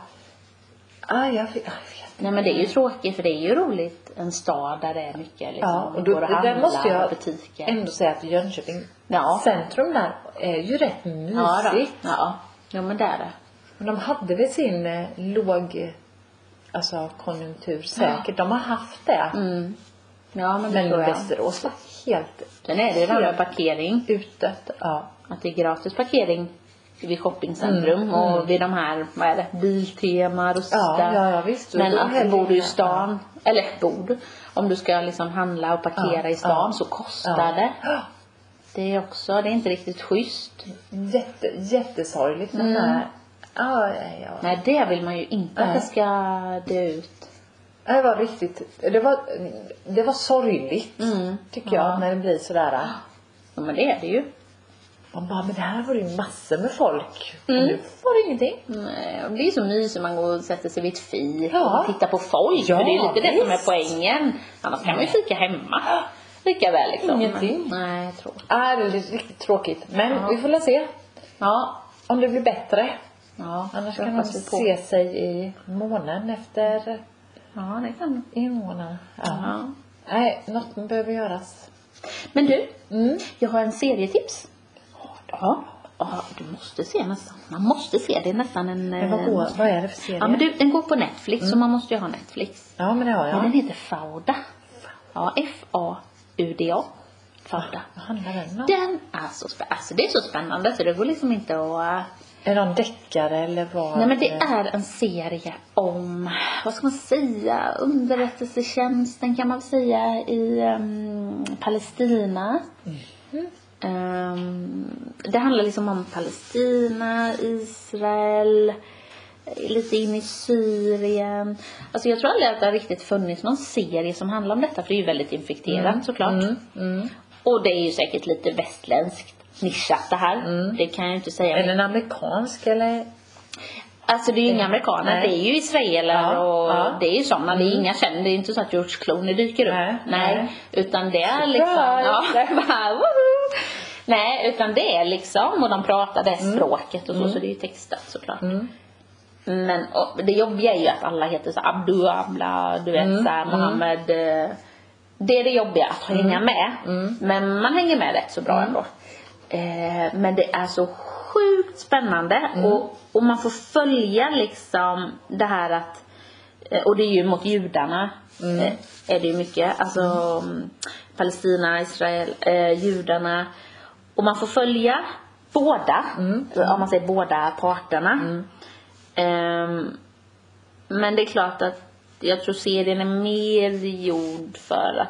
B: Ah, jag vet, jag vet.
A: Nej men det är ju tråkigt för det är ju roligt en stad där det är mycket liksom.
B: Ja, och
A: vi
B: då,
A: går och
B: det där
A: handlar
B: måste jag
A: och butiker.
B: ändå säga att Jönköping
A: Ja.
B: centrum där är ju rätt mysigt.
A: ja, då. ja. ja men det är det.
B: Men de hade väl sin eh, låg alltså, konjunktur säkert. De har haft det.
A: Ja men Mm, det
B: Men
A: tror jag.
B: Västerås var helt
A: Sen är det ju det här med
B: Helt-
A: parkering.
B: utdött. Ja.
A: Att det är gratis parkering vid shoppingcentrum
B: Mm,
A: och vid de här, vad är det, biltemar och
B: Ja,
A: där.
B: ja, ja, visst.
A: Men
B: Och
A: att
B: helgen,
A: bor du i
B: ja.
A: stan, eller bor du, om du ska liksom handla och parkera
B: Ja,
A: i stan
B: ja.
A: så kostar
B: Ja.
A: det. Det är också, det är inte riktigt schysst.
B: Jätte, jättesorgligt. Mm. Här. Ja, ja, ja.
A: Nej, det vill man ju inte att
B: Nej.
A: det ska dö ut.
B: Det var riktigt, det var, det var sorgligt
A: Mm.
B: tycker jag när det blir sådär.
A: Ja, men det är det ju.
B: Man bara, men här var det ju massor med folk.
A: Mm.
B: Och nu var det ingenting.
A: Nej, och Mm, eh, Det är så mysigt, man går och sätter sig vid ett fik
B: Ja.
A: och tittar på folk.
B: Ja,
A: för det är lite det som är
B: visst. Mm.
A: poängen. Annars kan man ju fika hemma. Lika väl liksom.
B: Ingenting.
A: Nej, tråkigt.
B: Äh, det är riktigt tråkigt. Men vi får väl se
A: Ja,
B: om det blir bättre.
A: Ja,
B: Annars
A: jag
B: kan de
A: hoppas vi på.
B: se sig i månen efter
A: Ja, det kan
B: invånarna. Ja.
A: ja.
B: Nej, något behöver göras.
A: Men du,
B: Mm.
A: jag har en serietips. Ja. Ja, du måste se nästan. Man måste se. Det är nästan en...
B: Men vad,
A: eh,
B: går, vad är det för serie?
A: Ja, men du, den går på Netflix så man måste ju ha Netflix.
B: ja, men det har jag.
A: Mm. Ja. Den heter Fauda. Ja, F-A-U-D-A. Fauda.
B: Vad handlar den om?
A: Den är så spännande. Alltså det är så spännande så det går liksom inte att... eh,
B: Är de deckare eller vad?
A: Nej men det är en serie om, vad ska man säga, underrättelsetjänsten kan man väl säga i ehm, Palestina. Ehm, det handlar liksom om Palestina, Israel, eh, lite in i Syrien. Alltså jag tror aldrig att det har riktigt funnits någon serie som handlar om detta för det är ju väldigt infekterat såklart.
B: Mm, mm.
A: Och det är ju säkert lite västländskt nischat det här.
B: Mm.
A: Det kan jag ju inte säga.
B: Är den amerikansk eller?
A: Alltså det är ju inga amerikaner,
B: Eh, Nej.
A: det är ju israeler
B: Ja,
A: och
B: ja. Mm.
A: det är ju sådana. Det är inga kändisar, det är inte så att George Clooney dyker upp.
B: Nej, nej.
A: Utan det är liksom, ja, bara, woho! Nej, utan det är liksom, och de pratar det
B: Mm.
A: språket och så, så det är ju textat såklart. Men och, det jobbiga är ju att alla heter så Abdu, Abla, du vet
B: Mm.
A: såhär Mohammed. eh, Det är det jobbiga, att hänga med. Men man hänger med rätt så bra ändå. Eh, men det är så sjukt spännande och, och man får följa liksom det här att eh, och det är ju mot judarna eh, är det ju mycket. Alltså mm, Palestina, Israel, eh, judarna. Och man får följa båda, om man säger båda parterna. Ehm, men det är klart att jag tror serien är mer gjord för att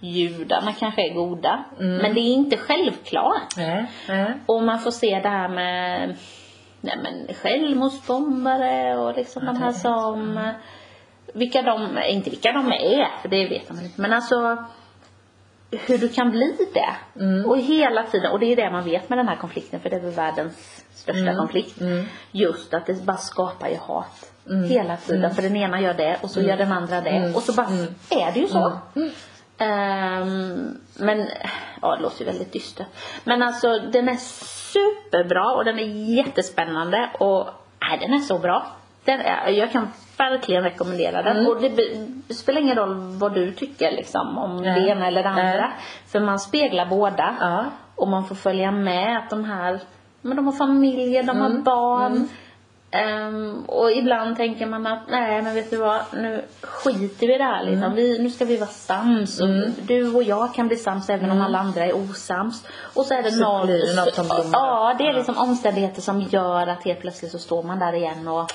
A: judarna kanske är goda. Men det är inte självklart.
B: Nej. nej.
A: Och man får se det här med nej men, självmordsbombare och liksom de här som... Vilka de, inte vilka de är, för det vet man inte. Men alltså hur du kan bli det. Och hela tiden, och det är det man vet med den här konflikten för det är väl världens största konflikt. Just att det bara skapar ju hat. Hela tiden. För den ena gör det och så gör den andra det. Och så bara är det ju så. Mm. Ehm, men, ja det låter ju väldigt dystert. Men alltså den är superbra och den är jättespännande och, nej den är så bra. Den är, jag kan verkligen rekommendera den. Och det be- spelar ingen roll vad du tycker liksom om
B: Nej.
A: det ena eller det andra.
B: Nej.
A: För man speglar båda.
B: Ja.
A: Och man får följa med att de här, men de har familjer, de
B: Mm.
A: har barn. Ehm, och ibland tänker man att, nej men vet du vad, nu skiter vi i det här liksom.
B: Mm.
A: vi, Nu ska vi vara sams. Och Du och jag kan bli sams även om alla andra är osams. Och så är det
B: Mm. Så
A: någon,
B: blir det något som blommar
A: Ja,
B: upp.
A: det är liksom omständigheter som gör att helt plötsligt så står man där igen och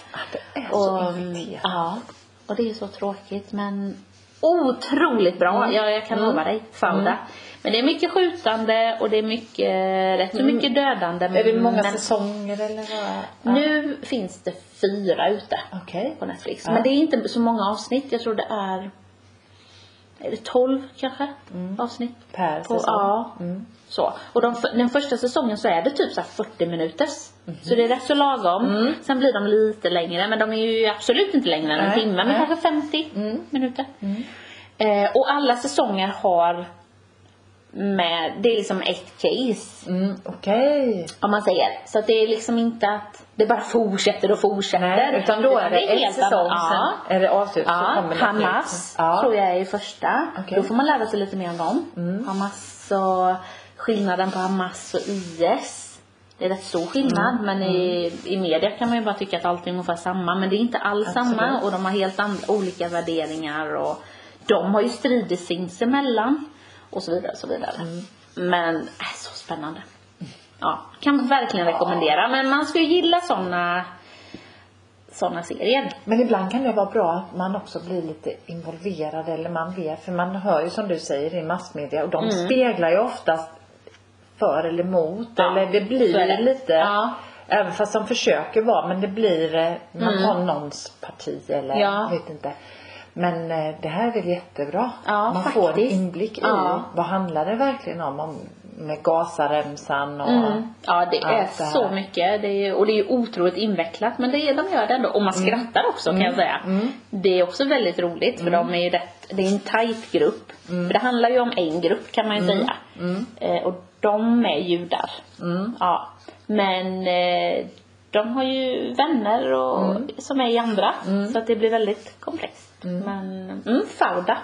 B: Det är så
A: och, mm,
B: irriterande.
A: ja, och det är ju så tråkigt men otroligt bra.
B: Mm.
A: Ja, jag kan lova dig. Fauda. Men det är mycket skjutande och det är mycket, rätt så mycket dödande.
B: Mm. Är det många
A: ah, men
B: säsonger eller vad?
A: Nu finns det fyra ute
B: Okej.
A: på Netflix.
B: Ja.
A: Men det är inte så många avsnitt. Jag tror det är är det 12 kanske
B: Mm.
A: avsnitt?
B: Per
A: på,
B: säsong.
A: Ja. Mm. Så. Och de, f- den första säsongen så är det typ så här 40 minuters. Så det är rätt så lagom. Sen blir de lite längre men de är ju absolut inte längre än en
B: Nej,
A: timme men
B: nej.
A: kanske 50 minuter. Eh, och alla säsonger har med, det är liksom ett case
B: Mm, Okej.
A: om man säger. Så att det är liksom inte att det bara fortsätter och fortsätter.
B: Nej, utan då är det en
A: helt
B: säsong,
A: annat.
B: sen
A: Ja.
B: är det avslut, typ, så
A: Ja,
B: kommer det
A: Hamas
B: nytt. Ja.
A: tror jag är i första.
B: Okej. Mm.
A: Då får man lära sig lite mer om dem. Hamas och skillnaden på Hamas och IS. Det är rätt stor skillnad
B: Mm.
A: men i, i media kan man ju bara tycka att allt är ungefär samma. Men det är inte alls
B: Absolut.
A: samma och de har helt andra, olika värderingar och de har ju strider sinsemellan och så vidare och så vidare.
B: Mm.
A: Men äh, så spännande. Ja, kan verkligen rekommendera. Men man ska ju gilla sådana såna serier.
B: Men ibland kan det vara bra att man också blir lite involverad eller man vet. För man hör ju som du säger i massmedia och de
A: Mm.
B: speglar ju oftast för eller emot.
A: Ja,
B: eller det
A: så
B: blir
A: är det.
B: lite.
A: Ja.
B: Även fast de försöker vara men det blir, eh, man har någons parti eller
A: Mm. Ja.
B: vet inte. Men eh, det här är väl jättebra.
A: Ja,
B: man får en
A: faktiskt.
B: inblick i
A: Ja.
B: vad handlar det verkligen om. om med Gazaremsan och
A: Mm. eh, Ja, det är
B: allt det här.
A: så mycket. Det är, och det är ju otroligt invecklat. Men det är, de gör det ändå. Och man skrattar också kan jag säga. Det är också väldigt roligt. För de är ju rätt, det är en tight grupp. För det handlar ju om en grupp kan man ju säga. Mm. Eh, och de är judar. Ja. Men eh, de har ju vänner och, som är i andra. Så att det blir väldigt komplext. Men, Mm. mm, Fauda.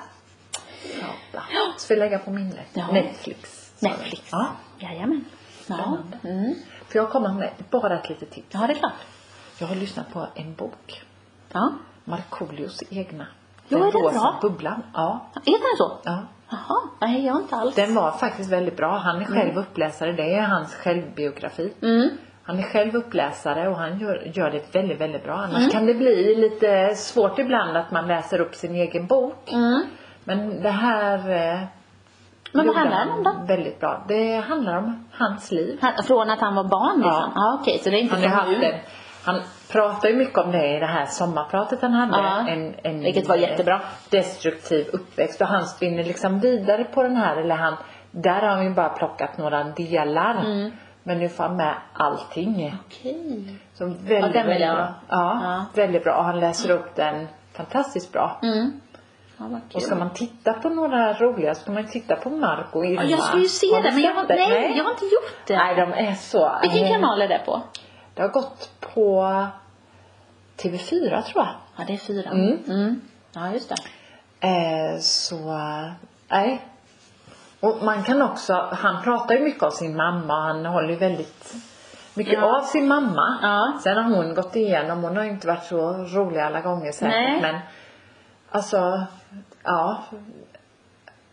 B: Fabla. Så vi lägga på minnet.
A: Ja.
B: Netflix. sa du.
A: Netflix.
B: Ja.
A: Jajamän. Ja.
B: Spännande.
A: Mm.
B: För jag kommer med bara ett litet tips.
A: ja, det är klart.
B: Jag har lyssnat på en bok.
A: Ja.
B: Markoolios egna.
A: Jo, är den
B: rosa
A: bra?
B: bubblan. Ja.
A: Är den så?
B: ja.
A: Jaha, nej jag har inte alls.
B: Den var faktiskt väldigt bra. Han är själv uppläsare. Det är hans självbiografi.
A: Mm.
B: Han är själv uppläsare och han gör, gör det väldigt, väldigt bra. Annars
A: Mm.
B: kan det bli lite svårt ibland att man läser upp sin egen bok.
A: Mm.
B: Men det här eh,
A: Men vad
B: gjorde
A: handlar
B: han
A: den om då?
B: Väldigt bra. Det handlar om hans liv.
A: Han, från att han var barn liksom? Ja.
B: Ja.
A: okej, så det är inte
B: Han, har
A: från
B: haft
A: nu.
B: en, han pratar ju mycket om det i det här sommarpratet han hade.
A: Ja,
B: en, en,
A: vilket var jättebra.
B: Destruktiv uppväxt och han spinner liksom vidare på den här. Eller han, där har han ju bara plockat några delar.
A: Mm.
B: Men nu får han med allting.
A: Okej.
B: Så väldigt,
A: den vill
B: väldigt
A: jag
B: bra.
A: ha.
B: Ja,
A: Ja.
B: väldigt bra. Och han läser upp den fantastiskt bra.
A: Mm. Ja, vad kul.
B: Och ska man titta på några roliga så ska man titta på Marco och Irma.
A: Ja, jag skulle ju se
B: Har du
A: det men jag,
B: sett
A: har-
B: den?
A: nej, jag har inte gjort det.
B: Nej, de är så...
A: Vilken
B: eh,
A: kanal är det på?
B: Det har gått på TV4 tror jag.
A: Ja, det är fyran.
B: Mm.
A: Ja, just det.
B: Eh, så, eh, nej. Och man kan också, han pratar ju mycket om sin mamma och han håller ju väldigt mycket
A: Ja.
B: av sin mamma.
A: Ja.
B: Sen har hon gått igenom, hon har ju inte varit så rolig alla gånger säkert
A: Nej.
B: men alltså, ja.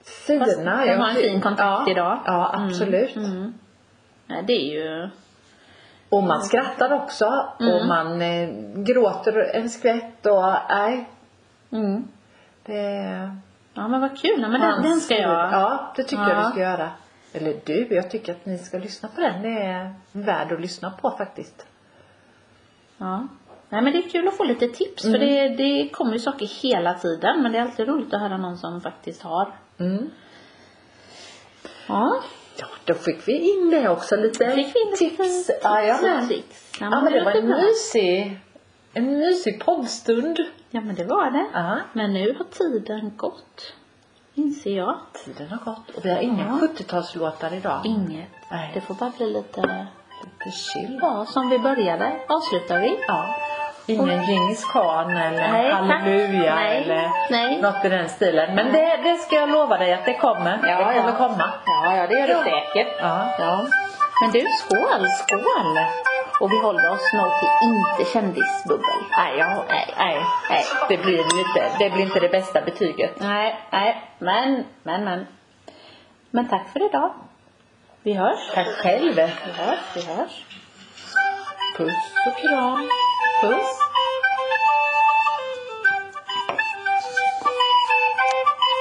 A: Fast
B: Fina.
A: de
B: jag-
A: har en fin kontakt
B: ja,
A: idag.
B: Ja, absolut.
A: Mm. Nej, det är ju...
B: Och man skrattar också och
A: Mm.
B: man eh, gråter en skvätt och nej.
A: Mm.
B: Det,
A: Ja, men vad kul. Ja, men den,
B: Hans
A: den ska jag...
B: huvud. Ja, det tycker jag
A: Ja.
B: du ska göra. Eller du, jag tycker att ni ska lyssna på den. Det är värd att lyssna på faktiskt.
A: Ja. Nej men det är kul att få lite tips för det, det kommer ju saker hela tiden men det är alltid roligt att höra någon som faktiskt har.
B: Mm.
A: Ja.
B: Ja, då fick vi in det också lite.
A: Fick vi in lite
B: tips.
A: tips
B: Ja, ja,
A: och
B: men.
A: tricks. Ja,
B: ja, men det var
A: låter
B: en
A: bra.
B: mysig, en mysig poddstund.
A: Ja men det var det.
B: Ja,
A: Men nu har tiden gått. Inser jag.
B: tiden har gått och vi har inga 70-talslåtar idag.
A: Inget.
B: Nej.
A: Det får bara bli lite,
B: Lite chill.
A: ja som vi började avslutar vi.
B: Ja. Ingen Djingis khan eller
A: Nej, tack.
B: halleluja
A: Nej.
B: eller
A: Nej.
B: något i den stilen. Men det, det ska jag lova dig att det kommer.
A: Ja,
B: det kommer
A: ja.
B: komma.
A: Ja ja det gör
B: Ja.
A: säkert.
B: Ja.
A: Ja. Men du skål.
B: Skål!
A: Och vi håller oss nog till inte kändisbubbel.
B: Nej, jag, nej, nej, nej. Det, blir lite, det blir inte det bästa betyget.
A: Nej, nej, men, men, men. Men tack för idag. Vi hörs.
B: Tack själv.
A: Vi hörs, vi hörs.
B: Puss och kram. Puss.